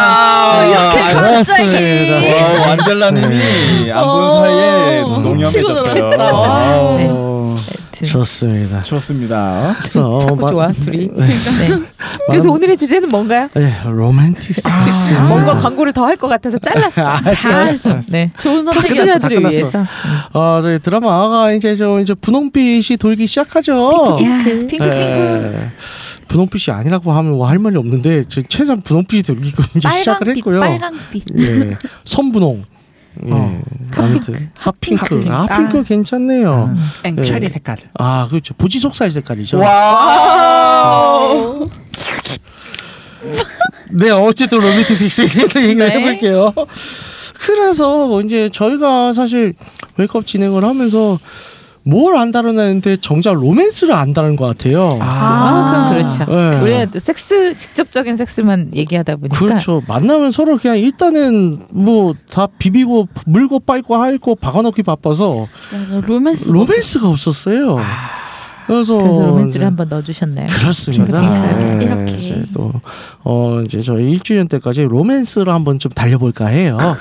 E: 아,
D: 이렇게
E: 알았습니다.
D: 와, 완전라님이 안 본
B: 어,
D: 사이에
B: 치고
D: 농염해졌어요.
B: 들어갔다.
D: 와우.
C: 네.
E: 어,
C: 하여튼
E: 아, 좋습니다.
D: 좋습니다.
E: 그래서
C: 자꾸
E: 마-
C: 좋아 둘이.
E: 네.
C: 네. 그래서 오늘의 주제는 뭔가요?
E: 예, 로맨티스.
D: 아,
E: 음.
C: 뭔가
E: 네.
C: 광고를 더 할 것 같아서 잘랐어. 잘, 네.
B: 좋은 선택이었어.
E: 끝났어, 아, 다
C: 청취자들을
E: 끝났어.
C: 위해서. 음.
E: 어, 저희 드라마가 이제 좀 이제 분홍빛이 돌기
B: 그
E: 시작하죠.
B: 핑크핑크.
E: 예. 분홍빛이 아니라고 하면 뭐 할 말이 없는데 저 최소한 분홍빛이 돌기고 이제 시작을
B: 빨강빛,
E: 했고요.
B: 빨강빛.
E: 예. 선분홍. 예.
D: 어.
E: 아무튼 핫핑크.
D: 핫핑크.
E: 아, 핫핑크
D: 아.
E: 괜찮네요.
D: 앵처리
E: 네.
D: 색깔.
E: 아, 그렇죠. 보지속사의 색깔이죠.
D: 와.
E: 네, 어쨌든 로미티스에 대해서 얘기를
B: 네.
E: 해볼게요. 그래서 뭐 이제 저희가 사실 웨이크업 진행을 하면서 뭘 안다루는데 정작 로맨스를 안다는 것 같아요.
C: 아, 그럼 그렇죠.
E: 네.
C: 우리가 또 섹스 직접적인 섹스만 얘기하다 보니까
E: 그렇죠. 만나면 서로 그냥 일단은 뭐 다 비비고 물고 빨고 핥고 박아놓기 바빠서
B: 맞아, 네, 로맨스.
E: 로맨스가 없었어요.
C: 아, 그래서
E: 그래서,
C: 로맨스를
E: 이제
C: 한번 넣어주셨나요?
E: 그렇습니다.
B: 이렇게,
E: 네,
B: 이렇게.
E: 이제 또, 어, 이제 저희 1주년 때까지 로맨스를 한번 좀 달려볼까 해요.
C: 아,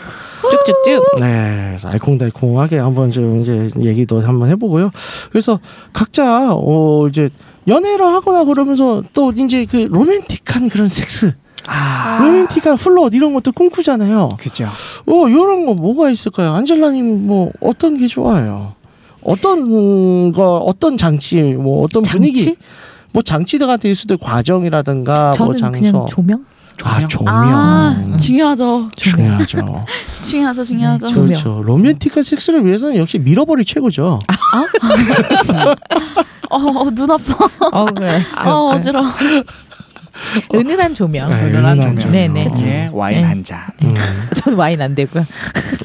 C: 쭉쭉쭉.
E: 네, 그래서 알콩달콩하게 한번 좀 이제 얘기도 한번 해보고요. 그래서 각자, 어, 이제 연애를 하거나 그러면서 또 이제 그 로맨틱한 그런 섹스,
D: 아.
E: 로맨틱한 플롯 이런 것도 꿈꾸잖아요.
D: 그죠.
E: 어, 요런 거 뭐가 있을까요? 안젤라님 뭐 어떤 게 좋아요? 어떤 거, 어떤 장치, 뭐 어떤 분위기?
C: 장치?
E: 뭐 장치가 될 수도 있고 과정이라든가 뭐
C: 저는
E: 장소.
C: 그냥 조명. 음.
E: 아, 조명.
B: 아, 중요하죠.
E: 중요하죠.
B: 중요하죠, 중요하죠.
C: 네, 조명.
E: 그렇죠. 로맨틱한 섹스를 위해서는 역시 밀어버리 최고죠.
B: 어, 어, 눈 아파.
C: 어, 그래.
B: 어, 어지러워.
C: 은은한 조명.
E: 네.
D: 은은한
E: 은은한
D: 조명.
C: 네네.
D: 예, 와인
C: 네.
D: 한 잔.
E: 음.
C: 저는 와인 안 되고요.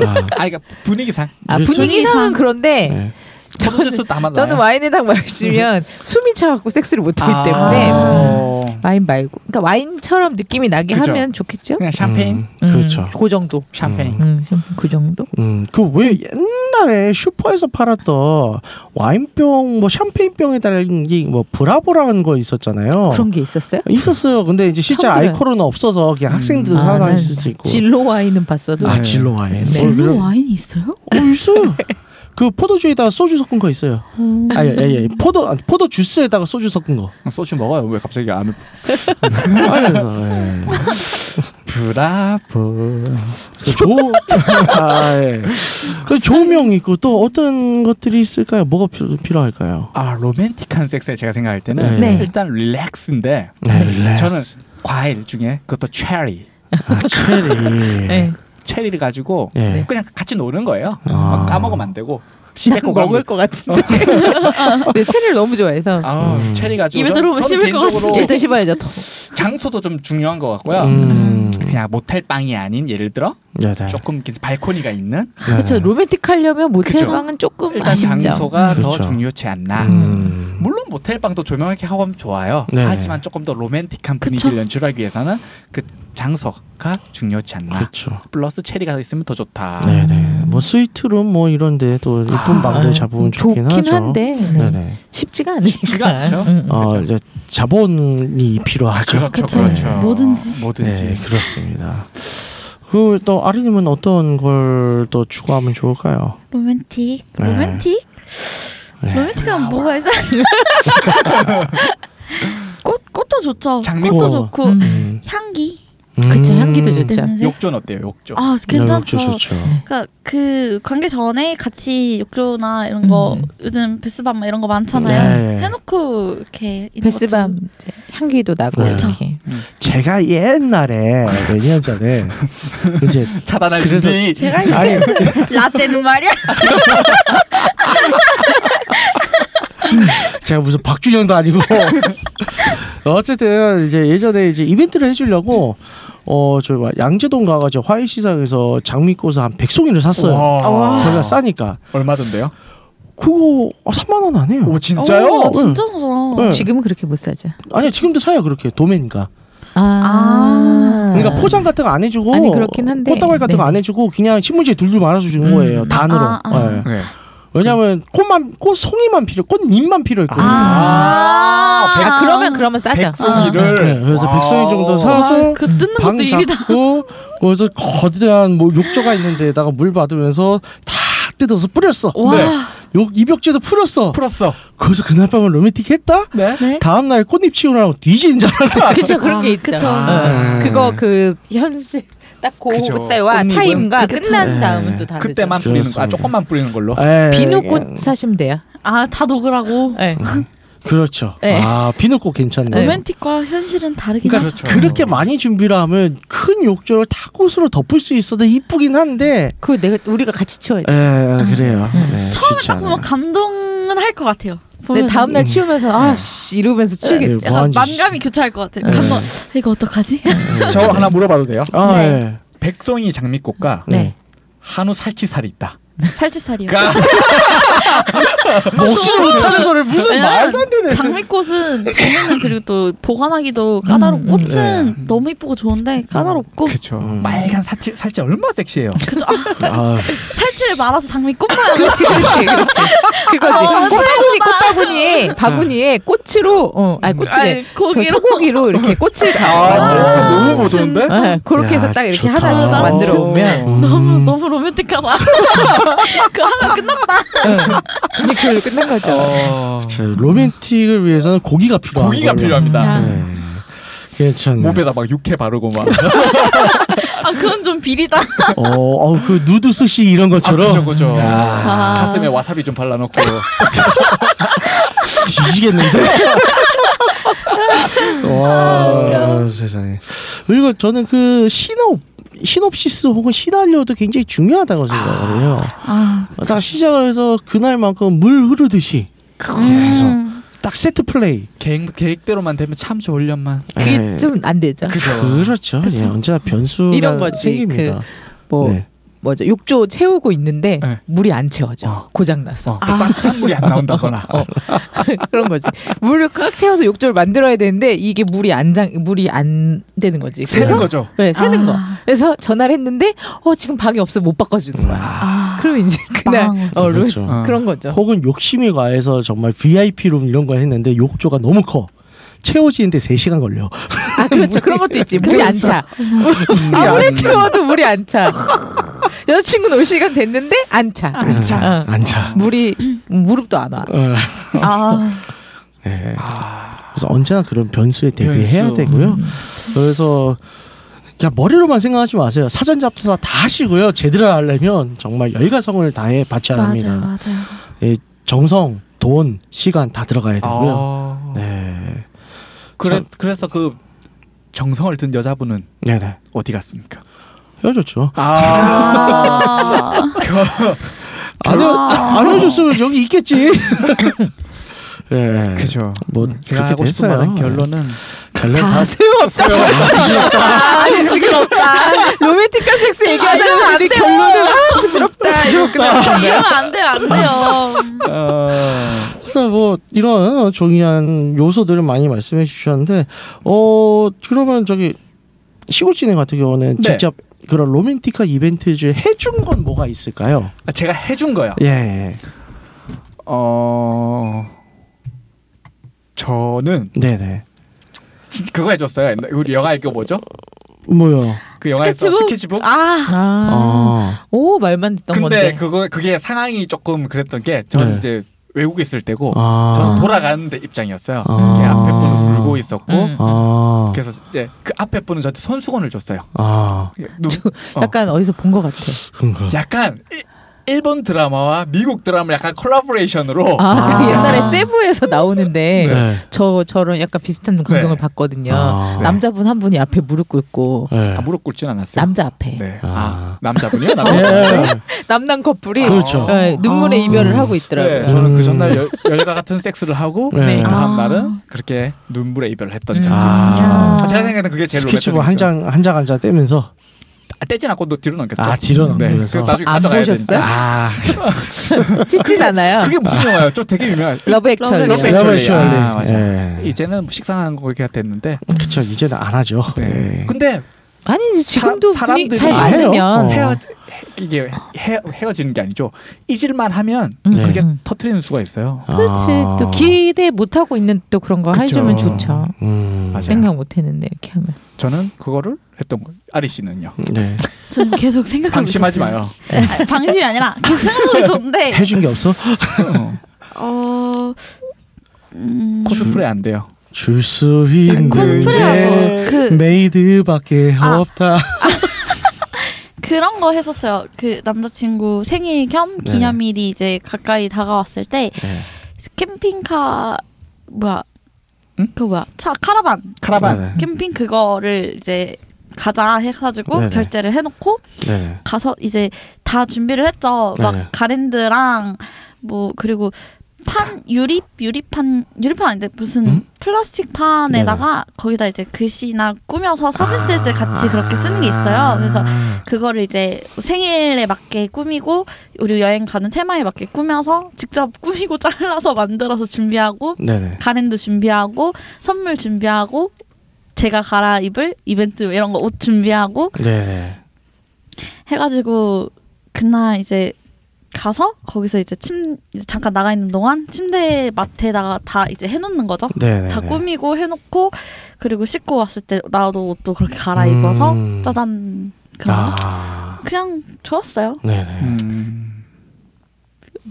E: 아,
D: 아, 그러니까 분위기상.
C: 아,
E: 그렇죠.
C: 분위기상은 그런데
E: 네.
D: 점주수 다 맞아요.
C: 저는 와인을 딱 마시면
E: 음.
C: 숨이 차갖고 섹스를 못하기
E: 아.
C: 때문에
D: 아.
C: 와인 말고 그러니까 와인처럼 느낌이 나게
D: 그죠.
C: 하면 좋겠죠.
D: 그냥 샴페인.
E: 음, 그렇죠.
C: 음, 그 정도.
D: 샴페인.
C: 음, 좀그 정도.
E: 음, 그 왜 옛날에 슈퍼에서 팔았던 와인병, 뭐 샴페인병에 달린 게 뭐 브라보라는 거 있었잖아요.
C: 그런 게 있었어요?
E: 있었어요. 근데 이제 실제
C: 처음 들어요.
E: 알코올은 없어서 그냥
D: 음.
E: 학생들
D: 아,
E: 사가
C: 난
E: 있을 수 있고.
C: 네. 진로 와인은 봤어도
E: 아, 진로 와인.
C: 네.
E: 어,
B: 진로
E: 그럼-
B: 와인이 있어요?
E: 어, 있어요. 그 포도주에다가 소주 섞은 거 있어요. 아, 예, 예, 예. 포도, 아니, 포도 주스에다가 소주 섞은 거.
D: 음. 소주 먹어요. 왜 갑자기 암을
E: 아, 그래서, 예.
D: 브라보.
E: 그 조, 아, 예. 그 조명 있고 또 어떤 것들이 있을까요? 뭐가 필- 필요할까요?
D: 아 로맨틱한 섹스에 제가 생각할 때는
E: 네.
D: 일단 릴렉스인데
E: 네, 릴렉스.
D: 저는 과일 중에 그것도 체리
E: 아, 체리.
C: 네.
D: 체리를 가지고 네.
E: 예.
D: 그냥 같이 노는 거예요
E: 아.
D: 까먹으면 안 되고
C: 난
D: 씹고
C: 먹을
D: 가면-
C: 것 같은데. 네, 체리를 너무 좋아해서
D: 아,
E: 음. 네.
D: 체리가 좀-
F: 입에
D: 전-
F: 들어오면
D: 저는
F: 씹을 것
D: 개인적으로
F: 같은데.
C: 일단 씹어야죠. 더.
D: 장소도 좀 중요한 것 같고요.
E: 음.
D: 그러니까 그냥 모텔 빵이 아닌 예를 들어
E: 네, 네.
D: 조금 이렇게 발코니가 있는
E: 네.
C: 그렇죠. 로맨틱하려면 모텔
D: 그쵸.
C: 방은 조금
D: 일단
C: 아쉽죠.
D: 장소가 더
E: 그렇죠.
D: 중요치 않나.
E: 음.
D: 아, 물론 모텔 방도 조명하게 하면 좋아요.
E: 네.
D: 하지만 조금 더 로맨틱한
B: 그쵸.
D: 분위기를 연출하기 위해서는 그 장소가 중요치 않나.
E: 그렇죠.
D: 플러스 체리가 있으면 더 좋다.
E: 네, 네. 뭐 스위트룸 뭐 이런데 또 예쁜
D: 아,
E: 방도 잡으면 좋긴, 하죠.
C: 한데 네.
E: 네, 네.
C: 쉽지가 않으니까.
D: 쉽지가 않죠.
C: 음.
E: 어,
D: 그죠.
E: 이제 자본이 필요하죠.
D: 그렇죠,
B: 그쵸.
D: 그렇죠.
B: 네. 뭐든지.
D: 뭐든지.
E: 네, 그렇습니다. 그 또 아리님은 어떤 걸 또 추구하면 좋을까요?
B: 로맨틱,
E: 네.
B: 로맨틱,
E: 네.
B: 로맨틱하면 뭐가 있어? 꽃, 꽃도 좋죠.
D: 장미꽃.
B: 꽃도 좋고
C: 음.
E: 음.
B: 향기
C: 그쵸, 향기도
E: 음.
C: 좋죠.
B: 냄새.
D: 욕조는 어때요? 욕조.
B: 아
E: 좋죠,
B: 괜찮죠.
E: 좋죠.
B: 그러니까 그 관계 전에 같이 욕조나 이런 거
C: 음.
B: 요즘 베스밤 막 이런 거 많잖아요.
E: 네.
B: 해놓고 이렇게 있는
C: 베스밤 이제 향기도 나고
E: 네.
C: 이렇게.
E: 제가 옛날에 몇 년 전에 이제
D: 차단할
E: 그래서-
D: 준비.
B: 제가
E: 아니
B: 것처럼. 라떼는 말이야.
E: 제가 무슨 박준영도 아니고 어쨌든 이제 예전에 이제 이벤트를 해주려고 어 저희 막 양재동 가가지고 화훼 시장에서 장미꽃을 한 100송이를 샀어요.
B: 아,
D: 와.
E: 거기가 싸니까
D: 얼마던데요?
E: 그거 3만 원 안 해요.
D: 오 진짜요?
B: 오, 어, 진짜 무서워.
E: 네.
C: 지금은 그렇게 못 사죠.
E: 아니 지금도 사요 그렇게 도매니까.
C: 아.
E: 그러니까 포장 같은 거 안 해주고
C: 아니, 그렇긴 한데.
E: 꽃다발 같은 거
C: 네.
E: 안 해주고 그냥 신문지에 둘둘 말아서 주는
C: 음.
E: 거예요 단으로.
B: 아, 아.
E: 예.
D: 네.
E: 왜냐면 꽃만 꽃 송이만 필요, 꽃잎만 필요했거든요.
D: 아,
B: 아,
D: 백-
C: 아, 그러면 그러면 싸죠. 어,
D: 백송이를
E: 네, 그래서
D: 와우.
E: 백송이 정도 사-
B: 아, 그 뜯는
E: 방
B: 것도 일이다.
E: 잡고 거기서 거대한 뭐 욕조가 있는데다가 물 받으면서 다 뜯어서 뿌렸어.
B: 와.
D: 네.
E: 욕 입욕제도 풀었어.
D: 풀었어.
E: 거기서 그날 밤은 로맨틱했다.
D: 네.
B: 네.
E: 다음 날 꽃잎 치우라고 뒤진 줄 알았어.
C: 어, 그쵸 그런 게
B: 아,
C: 있죠.
B: 그쵸.
D: 아.
E: 음.
C: 그거그 현실 딱고
D: 그쵸.
C: 그때와
D: 꽃잎은
C: 타임과
B: 그쵸.
C: 끝난
E: 네.
C: 다음은 또 다르죠.
D: 그때만 뿌리는 거. 아
E: 그렇습니다.
D: 조금만 뿌리는 걸로.
E: 예,
C: 네. 비누꽃 사시면 돼요.
B: 아, 다 녹으라고.
C: 네.
D: 음.
E: 그렇죠.
C: 네.
E: 아 비누꽃 괜찮네. 요
B: 로맨틱과 현실은 다르긴
D: 그러니까
B: 하죠.
D: 그렇죠.
E: 그렇게 많이 준비를 하면 큰 욕조를 다 꽃으로 덮을 수 있어도 이쁘긴 한데.
C: 그거 내가 우리가 같이 치워야 돼.
E: 예, 그래요. 네,
B: 아, 처음에 딱
E: 귀찮아요.
B: 보면 감동은 할 것 같아요.
C: 근데
B: 보면
C: 다음 네. 날 치우면서
E: 음.
C: 아씨 이러면서 치우겠지.
E: 네, 뭐
B: 약간
E: 하는지.
B: 만감이 교차할 것 같아요.
E: 네.
B: 감동. 이거 어떡하지?
E: 예.
D: 저 하나 물어봐도 돼요?
E: 아,
B: 네.
E: 예.
D: 백송이 장미꽃과
C: 네.
D: 한우 살치살이 있다.
B: 살치살이요.
D: 그러니까
B: 아,
E: 먹지도 못하는 거를 무슨
B: 왜냐면
E: 말도 안 되는.
B: 장미꽃은 장미는 그리고 또 보관하기도 까다롭고
C: 음, 음.
B: 꽃은
E: 네.
B: 너무 이쁘고 좋은데 까다롭고
D: 그렇죠.
E: 음.
D: 빨간 살치 살치 얼마나 섹시해요.
B: 그죠? 아,
E: 아,
B: 살치를 말아서 장미꽃만
C: 그렇지 그렇지 그렇지. 그거지. 꽃바구니 꽃바구니에 바구니에 꽃으로 어 네. 아니 꽃이래.
B: 아니, 고기로.
C: 저 소고기로 이렇게 꽃을
D: 아,
C: 담아서 아,
D: 너무 보던데?
C: 네, 그렇게 해서
E: 야,
C: 딱 이렇게
E: 좋다.
C: 하나씩 만들어 오면
E: 음.
B: 너무 너무 로맨틱하다. 그 하나 끝났다.
C: 응. 이제 그걸로 끝난 거죠.
D: 어...
E: 자, 로맨틱을 위해서는 고기가 필요한
D: 고기가
E: 걸로.
D: 필요합니다.
B: 야.
E: 네. 괜찮네.
D: 목에다 막 육회 바르고 막.
B: 아 그건 좀 비리다.
E: 어, 어, 그 누드 스시 이런
D: 아,
E: 것처럼
D: 그죠, 그죠.
E: 야,
D: 가슴에 와사비 좀 발라놓고.
E: 뒤지겠는데.
C: 아,
E: 와, 아, 세상에. 그리고 저는 그 신업 시놉시스 혹은 시나리오도 굉장히 중요하다고 생각을 해요.
B: 아,
E: 딱 시작을 해서 그날만큼 물 흐르듯이 계속
B: 음.
E: 딱 세트 플레이.
D: 계획 계획대로만 되면 참 좋으련만.
E: 예.
C: 그게 좀 안 되죠.
D: 그죠.
E: 그렇죠. 예, 언제나 변수
C: 이런 거지,
E: 생깁니다.
C: 뭐
E: 네.
C: 뭐죠 욕조 채우고 있는데
D: 네.
C: 물이 안 채워져
D: 어.
C: 고장 났어
D: 어, 또 따뜻한 물이 안 나온다거나. 어,
C: 그런 거지 물을 꽉 채워서 욕조를 만들어야 되는데 이게 물이 안장 물이 안 되는 거지
D: 새는
C: 그래서-
D: 거죠.
C: 네 새는 거
B: 아.
C: 그래서 전화를 했는데 어 지금 방이 없어 못 바꿔주는 거야
E: 아,
B: 아.
C: 그럼 이제
B: 망한
C: 그날
B: 거지.
C: 어 로,
E: 그렇죠.
D: 어.
C: 그런 거죠
E: 혹은 욕심이 과해서 정말 VIP룸 이런 거 했는데 욕조가 너무 커. 채워지는데 3시간 걸려.
C: 아 그렇죠 그런 것도 있지 물이 안 차
D: 음,
C: 아무리 채워도 물이 안차 여자친구는 올 시간 됐는데
D: 아.
C: 안차
E: 안 차.
C: 어.
E: 안 차.
C: 물이 무릎도 안와
E: 아, 어,
B: 아.
E: 예.
D: 아,
E: 그래서 언제나 그런 변수에 대비해야
D: 변수.
E: 되고요.
B: 음.
E: 그래서 그냥 머리로만 생각하지 마세요. 사전 잡사 다 하시고요. 제대로 하려면 정말 열과성을 다해 바쳐야
B: 맞아
E: 합니다. 예,
B: 맞아.
E: 정성, 돈, 시간 다 들어가야 되고요.
D: 아.
E: 네.
D: 그래 그래서 그 정성을 든 여자분은
E: 네네.
D: 어디 갔습니까?
E: 헤어졌죠.
D: 아,
B: 아.
E: 안, 해, 안 해줬으면 여기 있겠지. 예.
D: 네. 그죠.
E: 뭐
D: 음, 제가
E: 그렇게
D: 하고 싶은
E: 됐어요.
D: 말은 결론은
E: 결론
C: 다
E: 다
C: 소용없다.
F: 아니 지금
C: 로맨틱한 섹스
B: 아,
C: 얘기하다가 우리 결론은 아, 부끄럽다. 부끄럽다.
F: 이러면 안 돼요, 안 돼요.
D: 어,
E: 그래서 뭐 이런 중요한 요소들을 많이 말씀해 주셨는데 어 그러면 저기 시골진행 같은 경우는
D: 네.
E: 직접 그런 로맨티카 이벤트 중에 해준 건 뭐가 있을까요?
D: 아, 제가 해준 거요.
E: 예,
D: 어, 저는
E: 네네.
D: 진짜 그거 해줬어요. 옛날- 우리 영화 이거 뭐죠?
E: 뭐요?
D: 그 영화에서
F: 스케치북?
D: 스케치북?
F: 아,
C: 아,
E: 아,
C: 오 말만 듣던
D: 근데
C: 건데.
D: 그거 그게 상황이 조금 그랬던 게 저는
E: 네.
D: 이제 외국에 있을 때고
E: 아,
D: 어, 저는 돌아가는데 입장이었어요.
E: 아.
D: 걔 앞에 분은 울고 있었고
C: 음.
E: 아,
D: 그래서 이제 그 앞에 분은 저한테 손수건을 줬어요.
E: 아,
D: 눈-
C: 저- 약간 어. 디서 본 것 같아.
E: 그런가.
D: 약간 일- 일본 드라마와 미국 드라마 약간 콜라보레이션으로
C: 아, 그
E: 아.
C: 옛날에 세부에서 나오는데
E: 네.
C: 저 저런 약간 비슷한 광경을
D: 네.
C: 봤거든요.
E: 아.
C: 남자분 한 분이 앞에 무릎 꿇고
E: 네.
D: 아, 무릎 꿇진 않았어요.
C: 남자 앞에
D: 네.
E: 아.
D: 아, 네. 남자분이요? 남자분.
E: 예.
C: 남남 커플이
E: 그렇죠.
C: 네, 눈물의
B: 아.
C: 이별을 하고
D: 네,
C: 있더라고요.
D: 저는 그
E: 음.
D: 전날 여, 여자 같은 섹스를 하고 그
E: 네.
D: 다음
B: 아.
D: 날은 그렇게 눈물의 이별을 했던 적이 있어요.
E: 아.
C: 아.
D: 아, 제가 생각에는 그게 제일
E: 스케치북
D: 로맨틱했죠.
E: 한장 한 장 한 장 떼면서
D: 아, 떼진 않고 또 뒤로 넘겼죠.
E: 아, 뒤로 넘기면서.
D: 그 나중에
C: 안
D: 가져가야
C: 보셨어요?
D: 되니까.
E: 아,
C: 찢진 않아요.
D: 그게 무슨 영화예요? 저 되게 유명한.
C: 러브 액츄얼리.
D: 러브 액츄얼리.
E: 러브 액츄얼리.
D: 네. 아, 맞아요.
E: 예.
D: 이제는 뭐 식상한 거가 됐는데.
E: 그쵸 이제는 안 하죠.
D: 네.
E: 예.
D: 근데
C: 아니 지금도
D: 사-
C: 분위
D: 사람들이
C: 잘
E: 안 해요.
C: 맞으면
E: 어.
D: 헤어 헤- 이게 헤, 헤어지는 게 아니죠. 잊을만 하면
C: 음,
E: 네.
D: 그게
C: 음.
D: 터트리는 수가 있어요.
C: 그렇지
E: 아.
C: 또 기대 못 하고 있는 또 그런 거
D: 그쵸.
C: 해주면 좋죠.
E: 음.
D: 맞아요.
C: 생각 못 했는데 이렇게 하면
D: 저는 그거를 했던 거예요. 아리 씨는요.
C: 음.
E: 네.
B: 저는 계속 생각하고
D: 방심하지
B: 있었어요.
D: 마요.
B: 아, 방심이 아니라 계속 생각하고 있었는데
E: 해준 게 없어?
C: 음.
D: 어,
F: 어,
B: 음,
D: 코스프레 안 돼요.
E: 줄 수 있는 게
D: 네.
B: 코스프레하고 그
E: 메이드밖에
B: 아.
E: 없다.
B: 그런 거 했었어요. 그 남자친구 생일 겸
E: 네.
B: 기념일이 이제 가까이 다가왔을 때
E: 네.
B: 캠핑카 뭐야
D: 응?
B: 그 뭐야 차 카라반
D: 카라반.
E: 네.
B: 캠핑 그거를 이제 가자 해가지고
E: 네네.
B: 결제를 해놓고
E: 네.
B: 가서 이제 다 준비를 했죠.
E: 네네.
B: 막 가랜드랑 뭐 그리고 판 유리 유리판 유리판 아닌데 무슨
E: 응?
B: 플라스틱 판에다가 거기다 이제 글씨나 꾸며서 사진 찍을
E: 아.
B: 때 같이 그렇게 쓰는 게 있어요. 그래서 그거를 이제 생일에 맞게 꾸미고 우리 여행 가는 테마에 맞게 꾸며서 직접 꾸미고 잘라서 만들어서 준비하고
E: 네네.
B: 가랜드 준비하고 선물 준비하고 제가 갈아입을 이벤트 이런 거 옷 준비하고
E: 네네.
B: 해가지고 그날 이제 가서 거기서 이제 침 이제 잠깐 나가 있는 동안 침대 맡에다가 다 이제 해놓는 거죠.
E: 네네.
B: 다 꾸미고 해놓고 그리고 씻고 왔을 때 나도 옷도 그렇게 갈아입어서
E: 음.
B: 짜잔 그런 거.
E: 아.
B: 그냥 좋았어요.
E: 네네.
D: 음.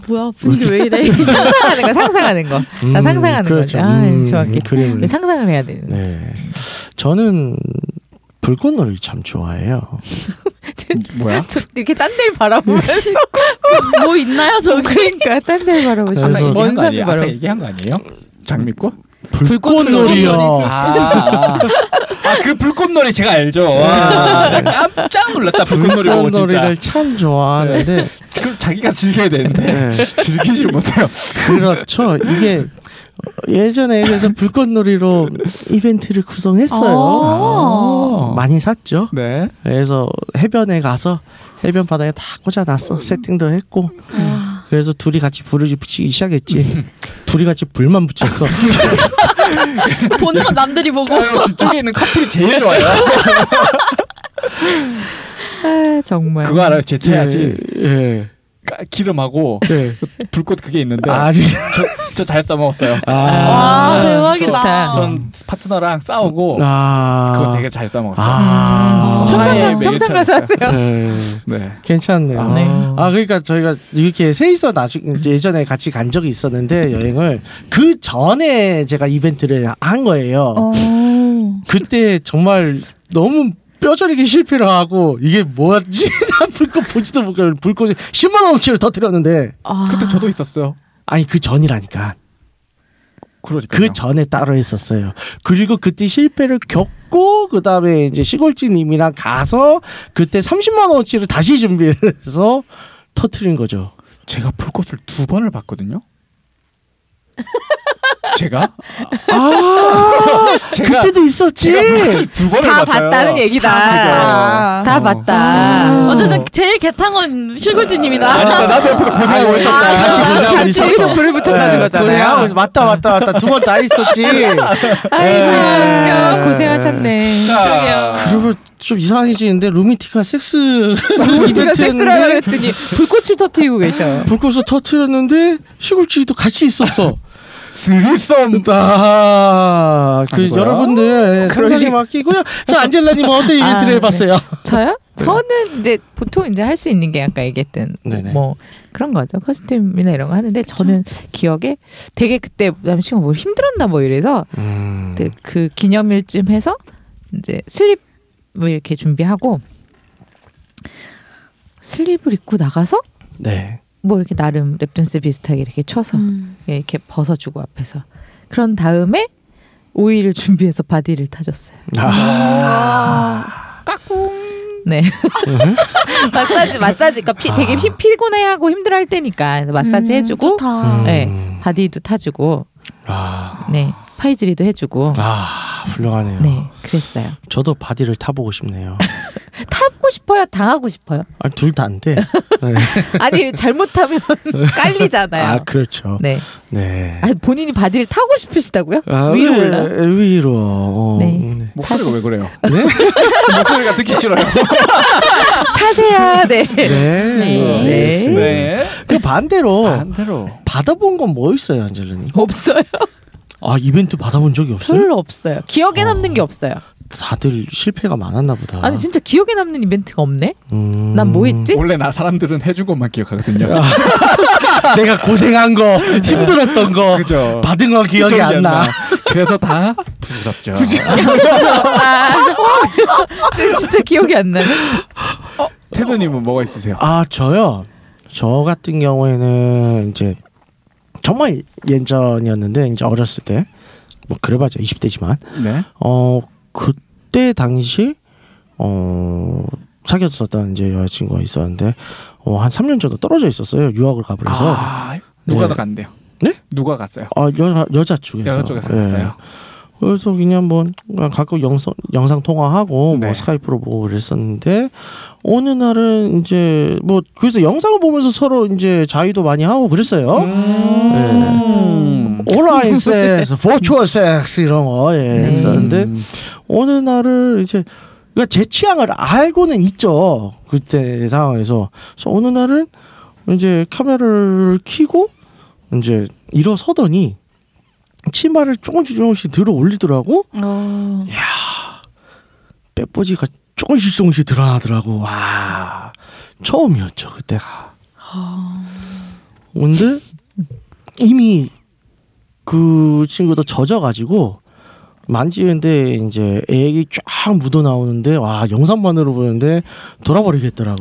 B: 뭐야 분위기 왜 이래?
C: 상상하는 거 상상하는 거 나 상상하는 거죠. 아,
B: 네,
C: 좋았겠다.
E: 음, 그렇죠. 그림을.
C: 상상을 해야 되는 데
E: 음. 네. 저는 불꽃놀이 참 좋아해요.
D: 뭐야?
C: 저 이렇게 딴 데를
E: 음.
B: 음.
C: 바라보면서
B: 뭐 있나요 저기?
C: 그러니까 딴 데를 바라보면서
E: 그래서-
D: 아까
C: 먼
D: 얘기한 거
C: 산을
D: 아니에요? 아까
C: 바라보
D: 얘기한 거 아니에요? 장미꽃?
E: 불꽃놀이요.
D: 아, 아, 그 불꽃놀이 제가 알죠. 와, 나 깜짝 놀랐다. 불꽃놀이 보고 진짜.
E: 불꽃놀이를 참 좋아하는데
D: 그럼 자기가 즐겨야 되는데
E: 네.
D: 즐기질 못해요.
E: 그렇죠. 이게 예전에 그래서 불꽃놀이로 이벤트를 구성했어요.
B: 아.
E: 많이 샀죠.
D: 네.
E: 그래서 해변에 가서 해변 바닥에 다 꽂아놨어. 세팅도 했고.
B: 와.
E: 그래서 둘이 같이 불을 붙이기 시작했지. 둘이 같이 불만 붙였어.
B: 보는 건 남들이 보고
D: 아유, 뒤쪽에 있는 커플이 제일 좋아요.
C: 아, 정말
D: 그거 알아요? 제 차야지. 네.
E: 예. 예.
D: 까- 기름하고
E: 예.
D: 불꽃 그게 있는데
E: 아주
D: 저 잘 써먹었어요.
E: 아.
B: 와
C: 아,
B: 대박이다.
C: 좋다.
D: 전 파트너랑 싸우고
E: 아.
D: 그거 되게 잘 써먹었어요.
E: 아.
D: 음.
E: 아.
D: 하나의
C: 평창 가-
D: 매일
C: 평창 가서
D: 차였어요.
C: 하세요.
E: 예.
D: 네.
E: 괜찮네요.
D: 아,
E: 아,
C: 네.
E: 그러니까 저희가 이렇게 셋이서 나중 예전에 같이 간 적이 있었는데 여행을 그 전에 제가 이벤트를 한 거예요.
B: 어.
E: 아. 그때 정말 너무 뼈저리게 실패를 하고 이게 뭐지? 나 불꽃 보지도 못하고 불꽃에 10만 원어치를 터뜨렸는데
B: 아.
D: 그때 저도 있었어요.
E: 아니 그 전이라니까
D: 그러니까.
E: 그 전에 따로 했었어요. 그리고 그때 실패를 겪고 그 다음에 이제 시골지님이랑 가서 그때 30만 원어치를 다시 준비해서 터뜨린 거죠.
D: 제가 풀꽃을 두 번을 봤거든요. 제가 아 제가
E: 그때도 있었지.
D: 제가
C: 뭐
D: 풀꽃을 두 번을
C: 다
D: 봤어요.
C: 봤다는 얘기다.
D: 다
C: 다
D: 어.
B: 아.
C: 봤다.
F: 어쨌든 제일 개탕은
D: 아니
F: 실골지님이다.
D: 나 나도 옆에서 고생하고 있었다.
C: 아,
E: 같이
C: 저-
E: 고생하고
C: 같이
E: 있었어.
C: 여기도 불을 붙였다는
E: 네,
C: 거잖아요.
E: 고생하고 있- 맞다 맞다 맞다 두 번 다 있었지.
C: 아이고
E: 네.
C: 고생하셨네.
D: 자
E: 아. 그리고 좀 이상해지는데 루미티가 섹스
C: 우리가
E: 이벤트
C: 섹스라고
E: 했는데
C: 했더니 불꽃을 터뜨리고 계셔.
E: 불꽃을 터트렸는데 시골지도 같이 있었어.
C: 음.
D: 스리썸
E: 아, 그
D: 아니고요.
E: 여러분들
D: 그럴
E: 상상이
D: 리-
E: 맡기고요. 자 안젤라님 어떤
C: 어, 아,
E: 이벤트를
C: 네.
E: 해봤어요?
C: 저요?
E: 네.
C: 저는 이제 보통 이제 할 수 있는 게 아까 얘기했던
E: 네네.
C: 뭐 그런 거죠. 커스텀이나 이런 거 하는데 저는 기억에 되게 그때 남친과 뭐 힘들었나 뭐 이래서
E: 음. 네.
C: 그때 그 기념일쯤 해서 이제 슬립을 이렇게 준비하고 슬립을 입고 나가서
E: 네.
C: 뭐 이렇게 나름 랩댄스 비슷하게 이렇게 쳐서
F: 음.
C: 예, 이렇게 벗어주고 앞에서 그런 다음에 오일을 준비해서 바디를 타줬어요.
F: 아.
C: 네 마사지 마사지 그러니까 피,
E: 아.
C: 되게 피, 피곤해하고 힘들어할 때니까 그래서 마사지
B: 음,
C: 해주고
B: 좋다.
E: 음.
C: 네. 바디도 타주고
E: 아,
C: 네 파이즈리도 해주고
E: 아 훌륭하네요.
C: 네 그랬어요.
E: 저도 바디를 타보고 싶네요.
C: 타고 싶어요 당하고 싶어요.
E: 아, 둘 다 안 돼. 네.
C: 아니 잘못하면 깔리잖아요.
E: 아 그렇죠.
C: 네
E: 네.
C: 아, 본인이 바디를 타고 싶으시다고요?
E: 아,
C: 위로
E: 네,
C: 올라.
E: 위로. 어,
C: 네.
E: 네.
D: 목소리가 왜 그래요?
C: 아,
E: 네?
D: 목소리가 듣기 싫어요.
C: 타세요. 네.
E: 네.
C: 네.
E: 알겠습니다.
D: 네.
E: 그 반대로
D: 어, 반대로
E: 받아본 건 뭐 있어요, 안젤라님?
C: 없어요.
E: 아 이벤트 받아본 적이 없어요?
C: 별로 없어요. 기억에 남는 게 없어요.
E: 다들 실패가 많았나 보다.
C: 아니 진짜 기억에 남는 이벤트가 없네.
E: 음...
C: 난 뭐 했지? 아,
D: 원래 나 사람들은 해준 것만 기억하거든요.
E: 내가 고생한 거, 힘들었던 거,
D: 그죠.
E: 받은 거 기억이 안 나.
D: 그래서 다 부질없죠.
B: 아.
C: 근데 진짜 기억이 안 나네.
D: 테드님은 뭐가 있으세요?
E: 아 저요. 저 같은 경우에는 이제 정말 예전이었는데 이제 어렸을 때 뭐 그래봤자 20대지만
D: 네.
E: 어 그때 당시 어 사귀었었던 이제 여자친구가 있었는데 어, 한 3년 정도 떨어져 있었어요 유학을 가버려서 아,
D: 아, 누가
E: 네.
D: 더 갔대요?
E: 네?
D: 누가 갔어요?
E: 여자 여자 쪽에서
D: 여자 쪽에서
E: 예.
D: 갔어요.
E: 그래서 그냥 뭐 그냥 가끔 영상 영상 통화하고
D: 네.
E: 뭐 스카이프로 보고 그랬었는데 어느 날은 이제 뭐 그래서 영상을 보면서 서로 이제 자유도 많이 하고 그랬어요. 네.
D: 음.
E: 온라인 섹스, 버추얼 섹스 이런 거 예,
C: 네.
E: 했었는데
D: 음.
E: 어느 날을 이제 그러니까 제 취향을 알고는 있죠 그때 상황에서 그래서 어느 날은 이제 카메라를 켜고 이제 일어서더니 치마를 조금씩 조금씩 들어 올리더라고
F: 어.
E: 빼뽀지가 조금씩 조금씩 드러나더라고 와 처음이었죠 그때가 근데 이미 그 친구도 젖어가지고 만지는데 이제 액이 쫙 묻어 나오는데 와 영상만으로 보는데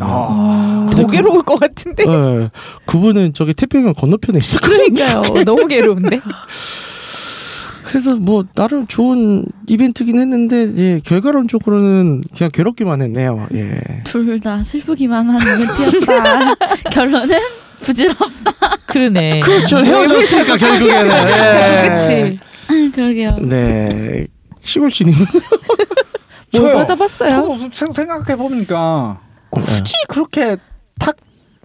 E: 돌아버리겠더라고요.
B: 어.
D: 아.
E: 근데 그
C: 더 괴로울 것 같은데.
E: 예, 그분은 저기 태평양 건너편에 있었거든요.
C: 그러니까요. 너무 괴로운데.
E: 그래서 뭐 나름 좋은 이벤트긴 했는데 이제 결과론적으로는 그냥 괴롭기만 했네요. 예.
B: 둘 다 슬프기만 한 이벤트였다. 결론은 부질없.
C: 그러네. 그렇죠.
E: 그렇죠. 헤어졌으니까 결국에는.
D: 네.
C: 그렇지.
B: 음, 그러게요.
C: 음.
E: 네. 시골 지님.
C: 뭘
E: 뭐
D: 저요.
C: 받아봤어요?
D: 저도 생각해 보니까 굳이 그렇게 탁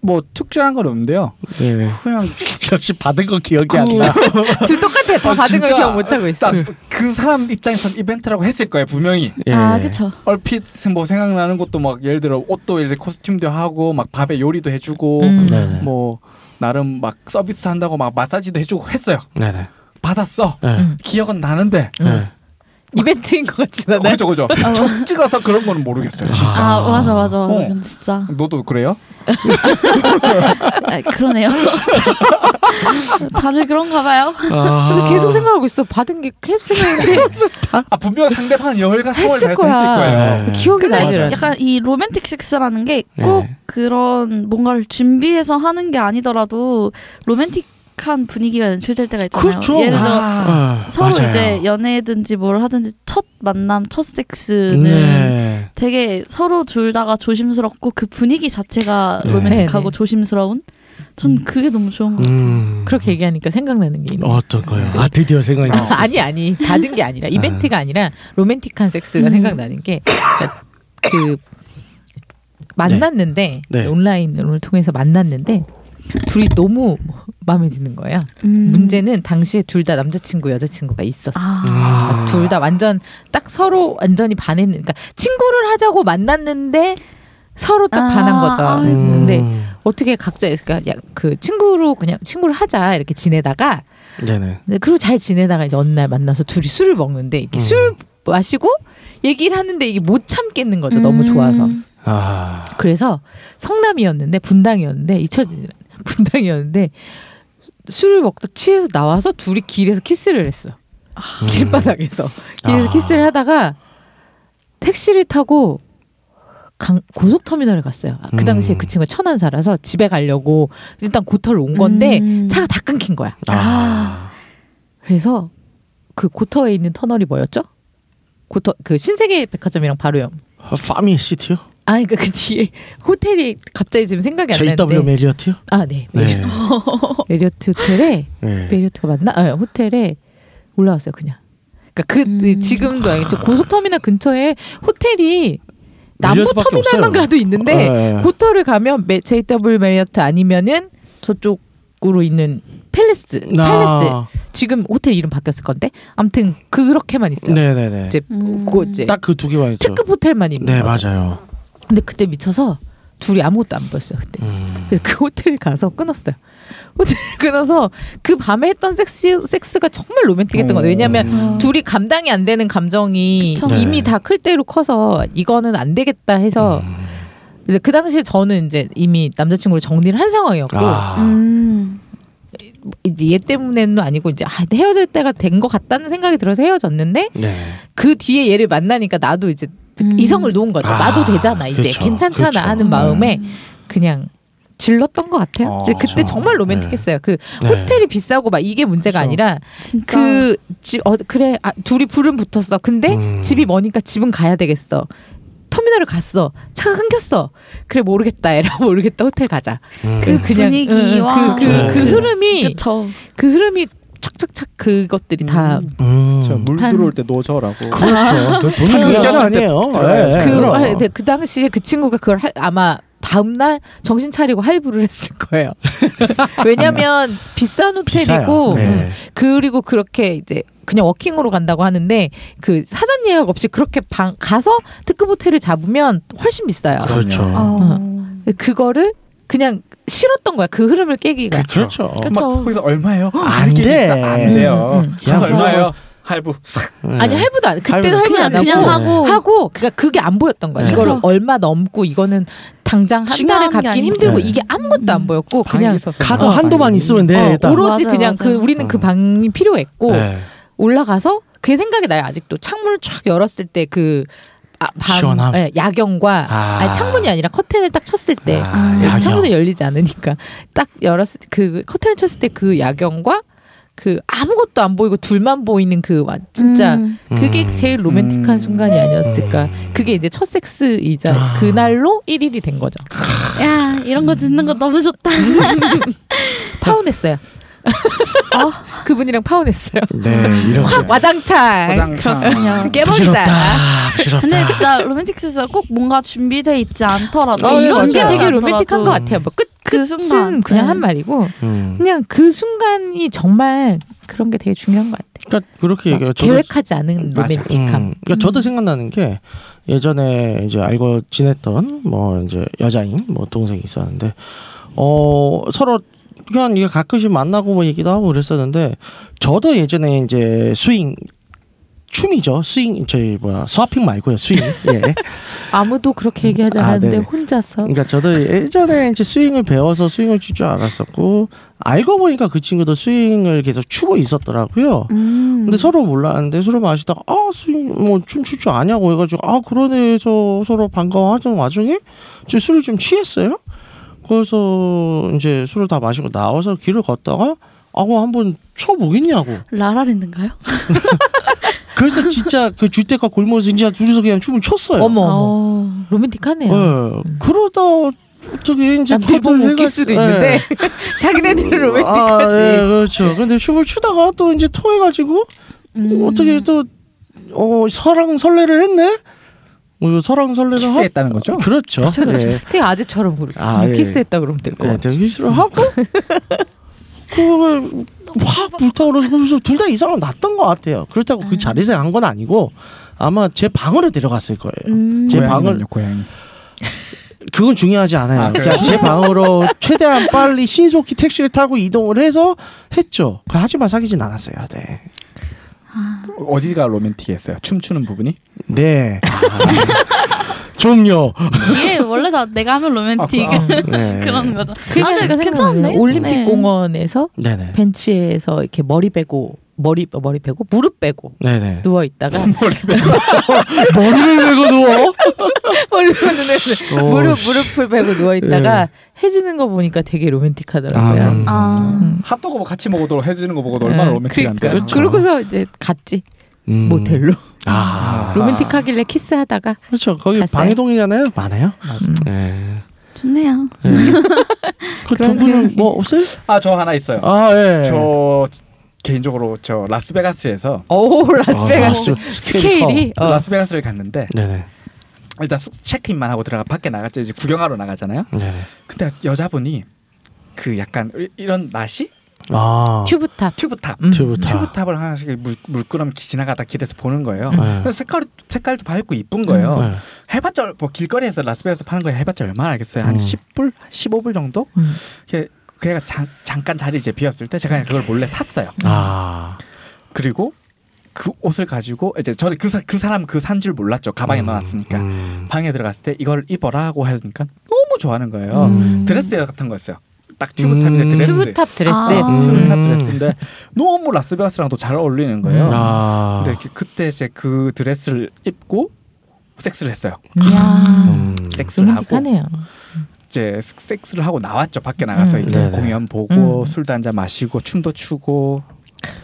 D: 뭐 특별한 건 없는데요.
E: 네.
D: 그냥
E: 역시 받은 거 기억이 안 나.
C: 지금 똑같아. 다
D: 아,
C: 받은 걸
D: 진짜.
C: 기억 못 하고 있어.
D: 딱 그 사람 입장에선 이벤트라고 했을 거예요 분명히.
E: 예.
B: 아 그쵸.
D: 얼핏 뭐 생각나는 것도 막 예를 들어 옷도 예를 들어 코스튬도 하고 막 밥에 요리도 해주고
C: 음.
E: 네네.
D: 뭐 나름 막 서비스 한다고 막 마사지도 해주고 했어요.
E: 네네.
D: 받았어.
E: 예.
C: 음.
D: 기억은 나는데.
E: 예.
C: 이벤트인 것 같진
D: 어,
C: 않아요.
D: 그죠 그죠. 점 찍어서 그런 거는 모르겠어요.
E: 아.
D: 진짜.
B: 아 맞아 맞아 맞아.
D: 어.
B: 근데 진짜
D: 너도 그래요?
B: 아, 그러네요. 다들 그런가 봐요.
E: 아.
C: 근데 계속 생각하고 있어. 받은 게 계속 생각했는데
D: 아 분명 상대방 열과 성을
C: 했을
D: 다해서 했을
C: 거야.
D: 거예요.
E: 네.
C: 기억이
B: 근데
C: 나질 않아.
B: 약간 이 로맨틱 섹스라는 게 꼭
E: 네.
B: 그런 뭔가를 준비해서 하는 게 아니더라도 로맨틱한 분위기가 연출될 때가 있잖아요.
E: 그렇죠.
B: 예를 들어
D: 아,
E: 아,
B: 서로
E: 맞아요.
B: 이제 연애든지 뭘 하든지 첫 만남, 첫 섹스는
E: 네.
B: 되게 서로 둘 다가 조심스럽고 그 분위기 자체가
E: 네.
B: 로맨틱하고
C: 네, 네.
B: 조심스러운 전 그게 너무 좋은 것 같아요.
E: 음.
C: 그렇게 얘기하니까 생각나는 게 있네.
E: 어떤 거요? 아 드디어 생각이
C: 아,
E: 났어.
C: 아니 아니 받은 게 아니라 이벤트가 아니라 로맨틱한 섹스가
B: 음.
C: 생각나는 그러니까 게그 만났는데
E: 네.
C: 온라인을 통해서 만났는데 둘이 너무 마음에 드는 거예요.
B: 음.
C: 문제는 당시에 둘 다 남자친구 여자친구가 있었어.
B: 아.
E: 음.
C: 둘 다 완전 딱 서로 완전히 반했는 그러니까 친구를 하자고 만났는데 서로 딱
B: 아,
C: 반한 거죠. 음,
B: 아이고.
C: 근데
E: 음.
C: 어떻게 각자 그러니까 야, 그 친구로 그냥 친구를 하자 이렇게 지내다가
E: 네네.
C: 근데 그리고 잘 지내다가 이제 어느 날 만나서 둘이 술을 먹는데 이렇게
E: 음.
C: 술 마시고 얘기를 하는데 이게 못 참겠는 거죠. 너무 좋아서.
B: 음.
E: 아.
C: 그래서 성남이었는데 분당이었는데 잊혀지는 분당이었는데 술을 먹다 취해서 나와서 둘이 길에서 키스를 했어.
E: 음.
C: 길바닥에서 길에서
E: 아.
C: 키스를 하다가 택시를 타고 강, 고속터미널에 갔어요. 아, 그 당시에
E: 음.
C: 그 친구가 천안 살아서 집에 가려고 일단 고터를 온 건데
B: 음.
C: 차가 다 끊긴 거야.
E: 아.
C: 그래서 그 고터에 있는 터널이 뭐였죠? 고터 그 신세계 백화점이랑 바로 옆.
E: 아. 파미 시티요?
C: 아, 그러니까 그 뒤에 호텔이 갑자기 지금 생각이 안 나는데.
E: JW 메리어트요?
C: 아, 네.
E: 네.
C: 메리어트 호텔에
E: 네.
C: 메리어트가 맞나? 아, 호텔에 올라왔어요 그냥. 그러니까 그
B: 음.
C: 지금도 아니죠 고속터미널 근처에 호텔이 남부
E: 메리어트밖에
C: 터미널만
E: 없어요.
C: 가도 있는데
E: 네.
C: 고터를 가면 메- JW 메리어트 아니면은 저쪽으로 있는 팰리스 팰리스
E: 아.
C: 지금 호텔 이름 바뀌었을 건데 아무튼 그렇게만 있어요.
E: 네네네.
C: 이제
B: 음.
C: 그 이제
E: 딱 그 두 개만 있죠.
C: 특급 호텔만 있는
E: 네
C: 거죠.
E: 맞아요.
C: 근데 그때 미쳐서 둘이 아무것도 안 보였어요 그때.
E: 음.
C: 그래서 그 호텔 가서 끊었어요. 호텔 끊어서 그 밤에 했던 섹시, 섹스가 정말 로맨틱했던 거예요. 왜냐하면
B: 음.
C: 둘이 감당이 안 되는 감정이
B: 그쵸.
C: 이미
E: 네.
C: 다 클 때로 커서 이거는 안 되겠다 해서
E: 음.
C: 이제 그 당시에 저는 이제 이미 남자친구를 정리를 한 상황이었고
E: 아.
B: 음.
C: 이제 얘 때문에는 아니고 이제 아, 헤어질 때가 된 것 같다는 생각이 들어서 헤어졌는데
E: 네.
C: 그 뒤에 얘를 만나니까 나도 이제
B: 음.
C: 이성을 놓은 거죠.
E: 아, 그렇죠.
C: 나도 되잖아 이제
E: 그쵸.
C: 괜찮잖아
E: 그쵸.
C: 하는 마음에 그냥 질렀던 것 같아요.
E: 어,
C: 이제 그때
E: 그쵸.
C: 정말 로맨틱했어요. 그
E: 네. 그렇죠.
C: 호텔이 비싸고 막 이게 문제가
E: 그쵸.
C: 아니라
B: 진짜.
C: 그 집 어, 그래 아, 둘이 불은 붙었어. 근데
E: 음.
C: 집이 뭐 머니까 집은 가야 되겠어. 터미널을 갔어. 차가 끊겼어. 그래 모르겠다. 에라 모르겠다. 호텔 가자.
E: 음.
C: 그 그냥
B: 분위기와
C: 응, 그, 그, 그,
E: 네.
C: 흐름이
B: 그쵸.
C: 그 흐름이 착착착 그것들이 다
D: 음.
E: 음.
D: 저, 물
C: 한-
D: 들어올 때 노저라고. 어,
E: 그렇죠. 그 돈을
D: 차라리
E: 주는 건
D: 그냥
E: 아니에요.
D: 들어가야지.
E: 예,
C: 그,
E: 그럼.
C: 아, 근데 그 당시에 그 친구가 그걸 할- 아마 다음 날 정신 차리고 할부를 했을 거예요. 왜냐면 비싼 호텔이고
E: 비싸요.
C: 음.
E: 네.
C: 그리고 그렇게 이제 그냥 워킹으로 간다고 하는데 그 사전 예약 없이 그렇게 방 가서 특급 호텔을 잡으면 훨씬 비싸요.
D: 그럼.
E: 그렇죠.
C: 아,
B: 어.
C: 그거를 그냥 싫었던 거야. 그 흐름을 깨기가.
E: 그렇죠.
D: 막 거기서 얼마예요? 아,
E: 안
D: 이렇게
E: 돼.
D: 비싸. 음. 안 돼요.
C: 음, 음.
D: 가서
E: 그냥
D: 얼마예요? 할부 싹.
E: 네.
C: 아니 할부도 안. 그때는
E: 할부는
C: 할부 안 하고
B: 그냥
E: 네.
B: 하고.
C: 하고 그러니까 그게 안 보였던 거야.
E: 네.
C: 이걸
B: 그렇죠.
C: 얼마 넘고 이거는 당장 한 달에
B: 중요한 게
C: 갚긴
B: 아니죠.
C: 힘들고
E: 네.
C: 이게 아무것도 안 보였고 그냥
E: 카드 한도만
D: 네.
E: 있으면
C: 어,
E: 돼. 딱.
C: 오로지
B: 맞아요,
C: 그냥 그
B: 맞아요.
C: 우리는 그
E: 음.
C: 방이 필요했고
E: 네.
C: 올라가서 그게 생각이 나요 아직도 창문을 쫙 열었을 때그 아, 밤,
E: 시원함.
C: 예, 야경과
E: 아.
C: 아니, 창문이 아니라 커튼을 딱 쳤을 때그
E: 아, 야경.
C: 창문이 열리지 않으니까 딱 열었을 때 그 커튼을 쳤을 때 그 야경과 그 아무것도 안 보이고 둘만 보이는 그 와- 진짜
B: 음.
C: 그게
E: 음.
C: 제일 로맨틱한
D: 음.
C: 순간이 아니었을까
E: 음.
C: 그게 이제 첫 섹스이자
E: 아.
C: 그날로 1일이 된 거죠
B: 야 이런 거 듣는 거 너무 좋다.
C: 파혼했어요
B: 아.
C: 그분이랑 파혼했어요
E: 네. 이렇게.
C: 확 와장창
D: 포장창. 아.
C: 깨버리자
E: 부지럽다.
B: 근데 진짜 로맨틱 스가 꼭 뭔가 준비되어 있지 않더라도
E: 아, 예,
B: 이런
C: 이런 게
B: 게
E: 맞아요.
C: 되게
B: 않더라도
C: 로맨틱한 것 같아요 뭐 끝,
B: 어, 그
C: 끝은
B: 순간
C: 그냥
B: 네.
C: 한 말이고
E: 음.
C: 그냥 그 순간이 정말 그런 게 되게 중요한 것 같아요
E: 그러니까 그렇게
C: 막
E: 얘기해요. 저도
C: 계획하지 않은
D: 맞아.
C: 로맨틱함
E: 음, 그러니까 저도 생각나는 게 예전에 이제 알고 지냈던 뭐 이제 여자인 뭐 동생이 있었는데 어 서로 그냥 이게 가끔씩 만나고 뭐 얘기도 하고 그랬었는데 저도 예전에 이제 스윙 춤이죠 스윙 저희 뭐야 스와핑 말고요 스윙 예
C: 아무도 그렇게 얘기하지
E: 아,
C: 않았는데
E: 네네.
C: 혼자서
E: 그러니까 저도 예전에 이제 스윙을 배워서 스윙을 칠 줄 알았었고 알고 보니까 그 친구도 스윙을 계속 추고 있었더라고요
B: 음.
E: 근데 서로 몰랐는데 서로 마시다가 아 스윙 뭐 춤출 줄 아냐고 해가지고 아 그러네 해서 서로 반가워하던 와중에 이제 술을 좀 취했어요 그래서 이제 술을 다 마시고 나와서 길을 걷다가 아고 한번 쳐보겠냐고
B: 라라랜드인가요?
E: 그래서 진짜 그 주택가 골목에서 진짜 둘이서 그냥 춤을 췄어요
C: 어머 어머
B: 어.
C: 로맨틱하네요
E: 예, 그러다 저기 이제
C: 남들보고
E: 컷을
C: 웃길
E: 해가-
C: 수도
E: 예.
C: 있는데 자기네들은
E: 아,
C: 로맨틱하지.
E: 예, 그렇죠. 근데 춤을 추다가 또 이제 통해가지고
B: 음.
D: 음.
E: 어떻게 또 어, 서랑 설레를 했네. 뭐 이거 서랑 설레를 하-
D: 키스했다는 거죠?
E: 그렇죠.
C: 그렇죠.
E: 예.
C: 되게 아재처럼 그렇게
E: 아, 예.
C: 키스했다 그러면 될 것
E: 예,
C: 같아.
E: 되게 실수를 하고
D: 음.
E: 그걸 확 불타오르서 그래서 둘 다 이상은 났던 것 같아요. 그렇다고
D: 음.
E: 그 자리에서 간 건 아니고 아마 제 방으로 데려갔을 거예요.
C: 음.
E: 제 방을
D: 고양이는요, 고양이.
E: 그건 중요하지 않아요.
D: 아, 그래요?
E: 그냥 제 방으로 최대한 빨리 신속히 택시를 타고 이동을 해서 했죠. 그 하지만 사귀진 않았어요. 네.
B: 아,
D: 어디가 로맨틱했어요? 춤추는 부분이?
E: 네. 좀요.
B: 이게 예, 원래 다 내가 하면 로맨틱
D: 아, 아,
E: 네.
B: 그런 거죠.
C: 음. 그냥
B: 아, 근데 괜찮네.
C: 올림픽
B: 네.
C: 공원에서
E: 네네.
C: 벤치에서 이렇게 머리 베고 머리 어, 머리 베고 무릎 베고
E: 네네.
C: 누워
E: 어.
C: 있다가
E: 머리를 메고 누워?
C: 머리 베는데
E: 오,
C: 무릎
E: 씨. 예.
C: 무릎을 베고 누워 있다가 해지는 거 보니까 되게 로맨틱하더라고요.
E: 아, 음.
B: 아.
C: 음.
D: 핫도그 뭐 같이 먹어도 해주는 거 보고도 얼마나
C: 음,
D: 로맨틱한데. 그렇죠.
C: 그러니까. 그러고서 이제 갔지
E: 그렇죠. 음.
C: 모텔로
E: 아.
C: 로맨틱하길래 키스하다가
E: 그렇죠. 거기
C: 갔어요?
E: 방해동이잖아요. 많아요.
C: 음.
E: 네. 음.
B: 좋네요.
E: 그두
C: 그런
E: 분은
C: 기억이-
E: 뭐 없어요?
D: 아 저 하나 있어요.
E: 아
C: 네.
E: 예.
D: 저 개인적으로 저 라스베가스에서
C: 오
E: 아,
C: 라스베가스
E: 스-
C: 스케일이
D: 저
C: 어.
D: 라스베가스를 갔는데
E: 네네.
D: 일단 숙- 체크인만 하고 들어가 밖에 나갔죠. 이제 구경하러 나가잖아요.
E: 네네.
D: 근데 여자분이 그 약간 이- 이런 나시
E: 아.
C: 튜브탑
D: 튜브탑
C: 음.
E: 튜브 탑.
D: 튜브탑을 하나씩 물, 물끄럼 지나가다 길에서 보는 거예요.
C: 음.
E: 네.
D: 그래서 색깔 색깔도 밝고 이쁜 거예요.
E: 네.
D: 해봤자 뭐 길거리에서 라스베가스 파는 거에 해봤자 얼마나 알겠어요? 한
E: 음.
D: 10불, 15불 정도?
C: 음.
D: 걔 걔가 잠- 잠깐 자리 이제 비었을 때 제가 그냥 그걸 몰래 샀어요.
E: 아.
D: 그리고 그 옷을 가지고 이제 저는 그, 사, 그 사람 그 산 줄 몰랐죠. 가방에
E: 음,
D: 넣어놨으니까
E: 음.
D: 방에 들어갔을 때 이걸 입어라 하고 하니까 너무 좋아하는 거예요.
E: 음.
D: 드레스 같은 거였어요. 딱 튜브탑인데
E: 음.
D: 드레스.
C: 튜브탑 드레스
B: 아.
C: 음.
D: 튜브탑 드레스인데 너무 라스베가스랑 도잘 어울리는 거예요.
C: 음.
E: 아.
D: 근데 그- 그때 이제 그 드레스를 입고 섹스를 했어요.
C: 야
E: 음.
D: 섹스를 하고
C: 로맨틱하네요.
D: 이제 섹- 섹스를 하고 나왔죠. 밖에 나가서
C: 음.
D: 이제
E: 네네.
D: 공연 보고
C: 음.
D: 술도 한잔 마시고 춤도 추고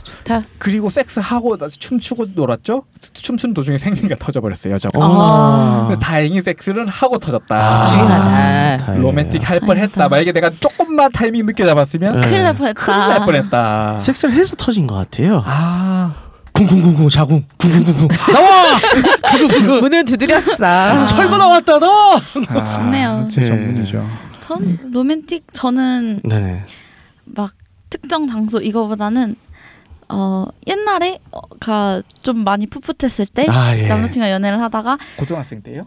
C: 좋다.
D: 그리고 섹스하고 나서 춤추고 놀았죠. 춤추는 도중에 생리가 터져버렸어요. 여자가.
C: 아.
D: 근데 다행히 섹스는 하고 터졌다.
E: 아.
C: 중요하다.
E: 다행이네요.
D: 로맨틱 할 뻔했다.
B: 다행이다.
D: 만약에 내가 조금만 타이밍 늦게 잡았으면
E: 네.
B: 큰일 날
D: 큰일 날
B: 뻔했다.
D: 뻔했다.
E: 아. 섹스를 해서 터진 것 같아요.
D: 아,
E: 쿵쿵쿵쿵 자궁 쿵쿵쿵쿵 아. 나와
C: 문을 두드렸어.
E: 철거 나왔다 너.
D: 아
B: 좋네요.
D: 제
E: 네.
D: 전문이죠.
B: 전 로맨틱 저는
E: 네네.
B: 막 특정 장소 이거보다는 어 옛날에 어, 가좀 많이 풋풋했을 때
E: 아 예.
B: 남자친구와 연애를 하다가
D: 고등학생 때요?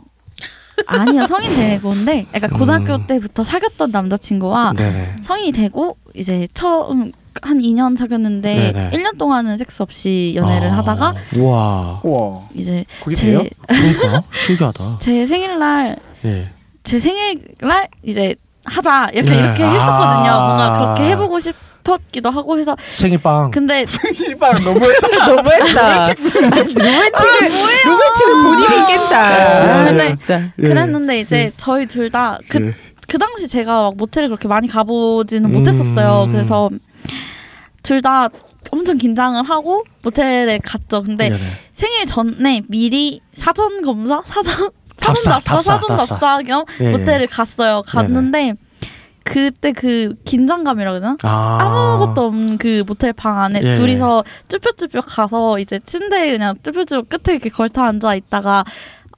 B: 아니요 성인 되고인데 약간
E: 음.
B: 고등학교 때부터 사귀었던 남자친구와
E: 네네.
B: 성인이 되고 이제 처음 한 2년 사귀었는데
E: 네네.
B: 1년 동안은 섹스 없이 연애를
E: 아,
B: 하다가
E: 우와.
D: 우와,
B: 이제
D: 그게
B: 제
D: 돼요?
B: 제
E: 그러니까 신기하다.
B: 생일날
E: 예.
B: 제 생일날 이제 하자 약간
E: 네.
B: 이렇게
E: 아.
B: 했었거든요 뭔가 그렇게 해보고 싶었기도 하고 해서
E: 생일빵.
B: 근데
D: 일반 너무했다.
C: 너무했다. 아니, 로맨틱을 로맨틱을 본인이 깼다.
E: 아,
C: 아,
E: 네.
C: 진짜.
E: 예.
B: 그랬는데 이제 저희 둘 다 그 그
E: 예.
B: 당시 제가 막 모텔을 그렇게 많이 가보지는
E: 음.
B: 못했었어요. 그래서 둘 다 엄청 긴장을 하고 모텔에 갔죠. 근데
E: 네네.
B: 생일 전에 미리 사전 검사, 사전
E: 답사,
B: 사전 답사,
E: 답사,
B: 사전
E: 답사.
B: 답사 겸
E: 예, 예.
B: 모텔을 갔어요. 갔는데 그때 그 긴장감이라고 해야 되나?
E: 아.
B: 아무것도 없는 그 모텔 방 안에
E: 예.
B: 둘이서 쭈뼛쭈뼛 가서 이제 침대에 그냥 쭈뼛쭈뼛 끝에 이렇게 걸터 앉아 있다가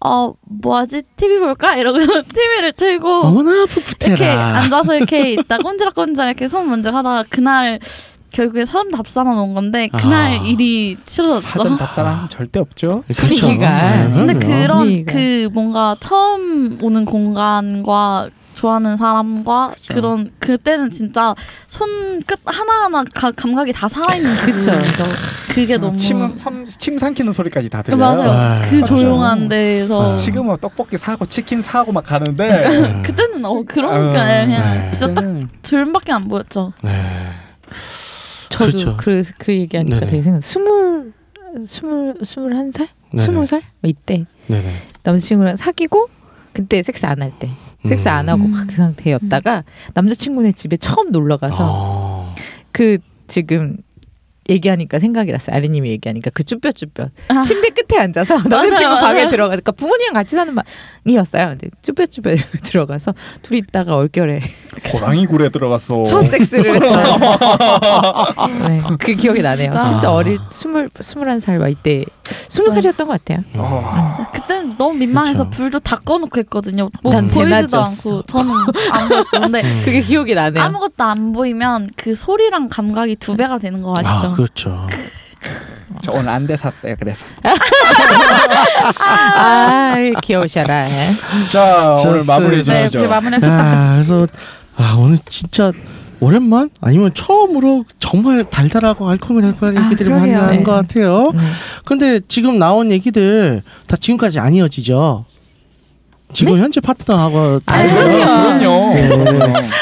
B: 어 뭐하지 TV 볼까 이러고 TV를 틀고
E: 너무나 풋풋해라.
B: 이렇게 앉아서 이렇게 있다 꼰지락꼰지락 이렇게 손 문질하다가 그날 결국에 사람 답사만 온 건데 그날
E: 아.
B: 일이
D: 사전
B: 치러졌죠.
D: 답사랑 절대 없죠.
E: 그렇죠.
C: 분위기가.
E: 네,
B: 근데
E: 그럼요.
B: 그런
C: 분위기가.
B: 그 뭔가 처음 오는 공간과 좋아하는 사람과
D: 그쵸.
B: 그런 그때는 진짜 손끝 하나하나 가- 감각이 다 살아있는
C: 그쵸. 아,
B: 기분이죠. 그게 너무
D: 아, 침, 삼, 침 삼키는 소리까지 다 들려요.
B: 맞아요.
E: 아,
B: 그
E: 맞아요.
B: 조용한 데에서
E: 아.
D: 지금은 뭐 떡볶이 사고 치킨 사고 막 가는데
E: 네.
B: 그때는 어 그러니까
D: 아,
B: 그냥
E: 네.
B: 진짜 딱
D: 그때는
B: 둘밖에 안 보였죠.
E: 네.
C: 저도
E: 그렇죠.
C: 그래서 그 얘기하니까
E: 네네.
C: 되게 생각. 스물 스물 스물한 살,
E: 네네.
C: 스무 살뭐 이때
E: 네네.
C: 남자친구랑 사귀고 그때 섹스 안 할 때. 섹스 안 하고
B: 음.
C: 그
F: 음.
C: 상태였다가 남자친구네 집에 처음 놀러 가서
E: 아.
C: 그 지금 얘기하니까 생각이 났어요. 아리님이 얘기하니까 그 쭈뼛쭈뼛
F: 아.
C: 침대 끝에 앉아서 남자친구
F: 맞아요.
C: 방에 들어가서 그러니까 부모님이랑 같이 사는 방이었어요. 근데 쭈뼛쭈뼛 들어가서 둘이 있다가 얼결에
D: 고랑이 굴에 들어갔어.
C: 첫 섹스를 했어요. 네, 그 기억이 나네요.
F: 진짜.
C: 진짜, 어릴 스물 스물한 살 막 이때
F: 음.
C: 스무 살이었던 것 같아요.
D: 아,
F: 그때는 너무 민망해서
E: 그쵸.
F: 불도 다 꺼놓고 했거든요. 뭐
C: 난
F: 보이지도
C: 대낮이었어.
F: 않고 저는 안 보였어. 근데
E: 음.
C: 그게 기억이 나네요.
F: 아무것도 안 보이면 그 소리랑 감각이 두 배가 되는 거
E: 아,
F: 아시죠?
E: 그렇죠.
D: 저 오늘 안돼 샀어요. 그래서.
C: 아, 귀여우셔라. 네.
D: 자 오늘
E: 좋습니다.
D: 마무리해
F: 네,
D: 주시죠.
F: 이렇게 마무리
E: 아, 그래서 아, 오늘 진짜 오랜만 아니면 처음으로 정말 달달하고 알콩달콩한
F: 아,
E: 얘기들이 많이
F: 그러게요.
E: 나온
C: 네.
E: 것 같아요.
C: 음.
E: 근데 지금 나온 얘기들 다 지금까지 아니어지죠? 지금 현재 파트너하고
C: 아,
E: 다르고요.
C: 그럼요.
E: 네.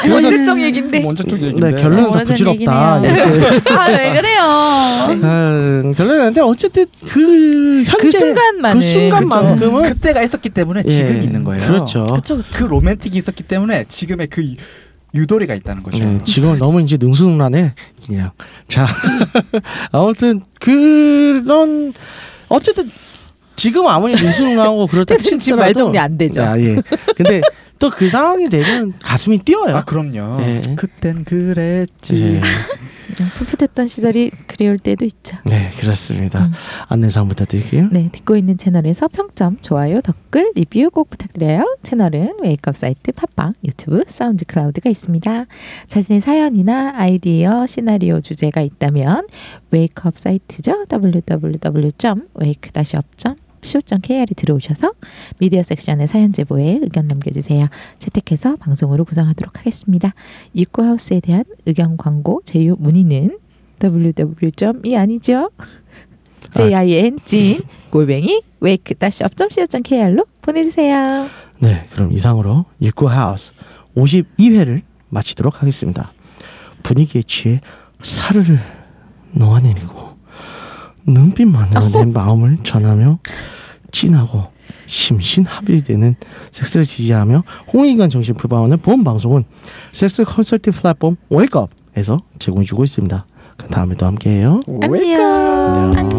D: 그래서-
C: 언제적 얘긴데.
D: 뭐 언제적 얘기인데.
E: 네, 결론은 더
F: 오래된
E: 부질없다.
F: 얘기네요.
E: 이렇게.
F: 아 왜 그래요?
E: 아, 결론인데 어쨌든 그 현재
C: 그 순간만을
E: 그 순간만큼은
D: 아, 그때가 있었기 때문에
E: 예,
D: 지금 있는 거예요.
E: 그렇죠.
F: 그쵸
D: 그 로맨틱이 있었기 때문에 지금의 그 유- 유도리가 있다는 거죠.
E: 네, 지금 너무 이제 능수능란해 그냥 자 아무튼 그런 어쨌든 지금 아무리 능수능란하고 그렇다
C: 지금 지금 말 정리 안 되죠.
E: 아, 예. 근데 또 그 상황이 되면 가슴이 뛰어요.
D: 아 그럼요.
E: 예.
D: 그땐 그랬지.
E: 예.
C: 풋풋했던 시절이 그리울 때도 있죠.
E: 네 그렇습니다.
C: 음.
E: 안내사항 부탁드릴게요.
C: 네, 듣고 있는 채널에서 평점, 좋아요, 댓글, 리뷰 꼭 부탁드려요. 채널은 웨이크업 사이트, 팟빵, 유튜브, 사운드 클라우드가 있습니다. 자신의 사연이나 아이디어, 시나리오 주제가 있다면 웨이크업 사이트죠. www.wake-up.co.kr에 들어오셔서 미디어 섹션의 사연 제보에 의견 남겨주세요. 채택해서 방송으로 구성하도록 하겠습니다. 입구하우스에 대한 의견 광고 제휴 문의는 www.이 아니죠. JING 골뱅이 wake-up.co.kr로 보내주세요.
E: 네, 그럼 이상으로 입구 하우스 52회를 마치도록 하겠습니다. 분위기에 취해 사르르 놓아내리고 눈빛만으로 내 마음을 전하며 진하고 심신합일이 되는 섹스를 지지하며 홍익관 정신 불바오는 본 방송은 섹스 컨설팅 플랫폼 웨이크업에서 제공해주고 있습니다. 그럼 다음에 또 함께해요.
C: 안녕.
E: 안녕.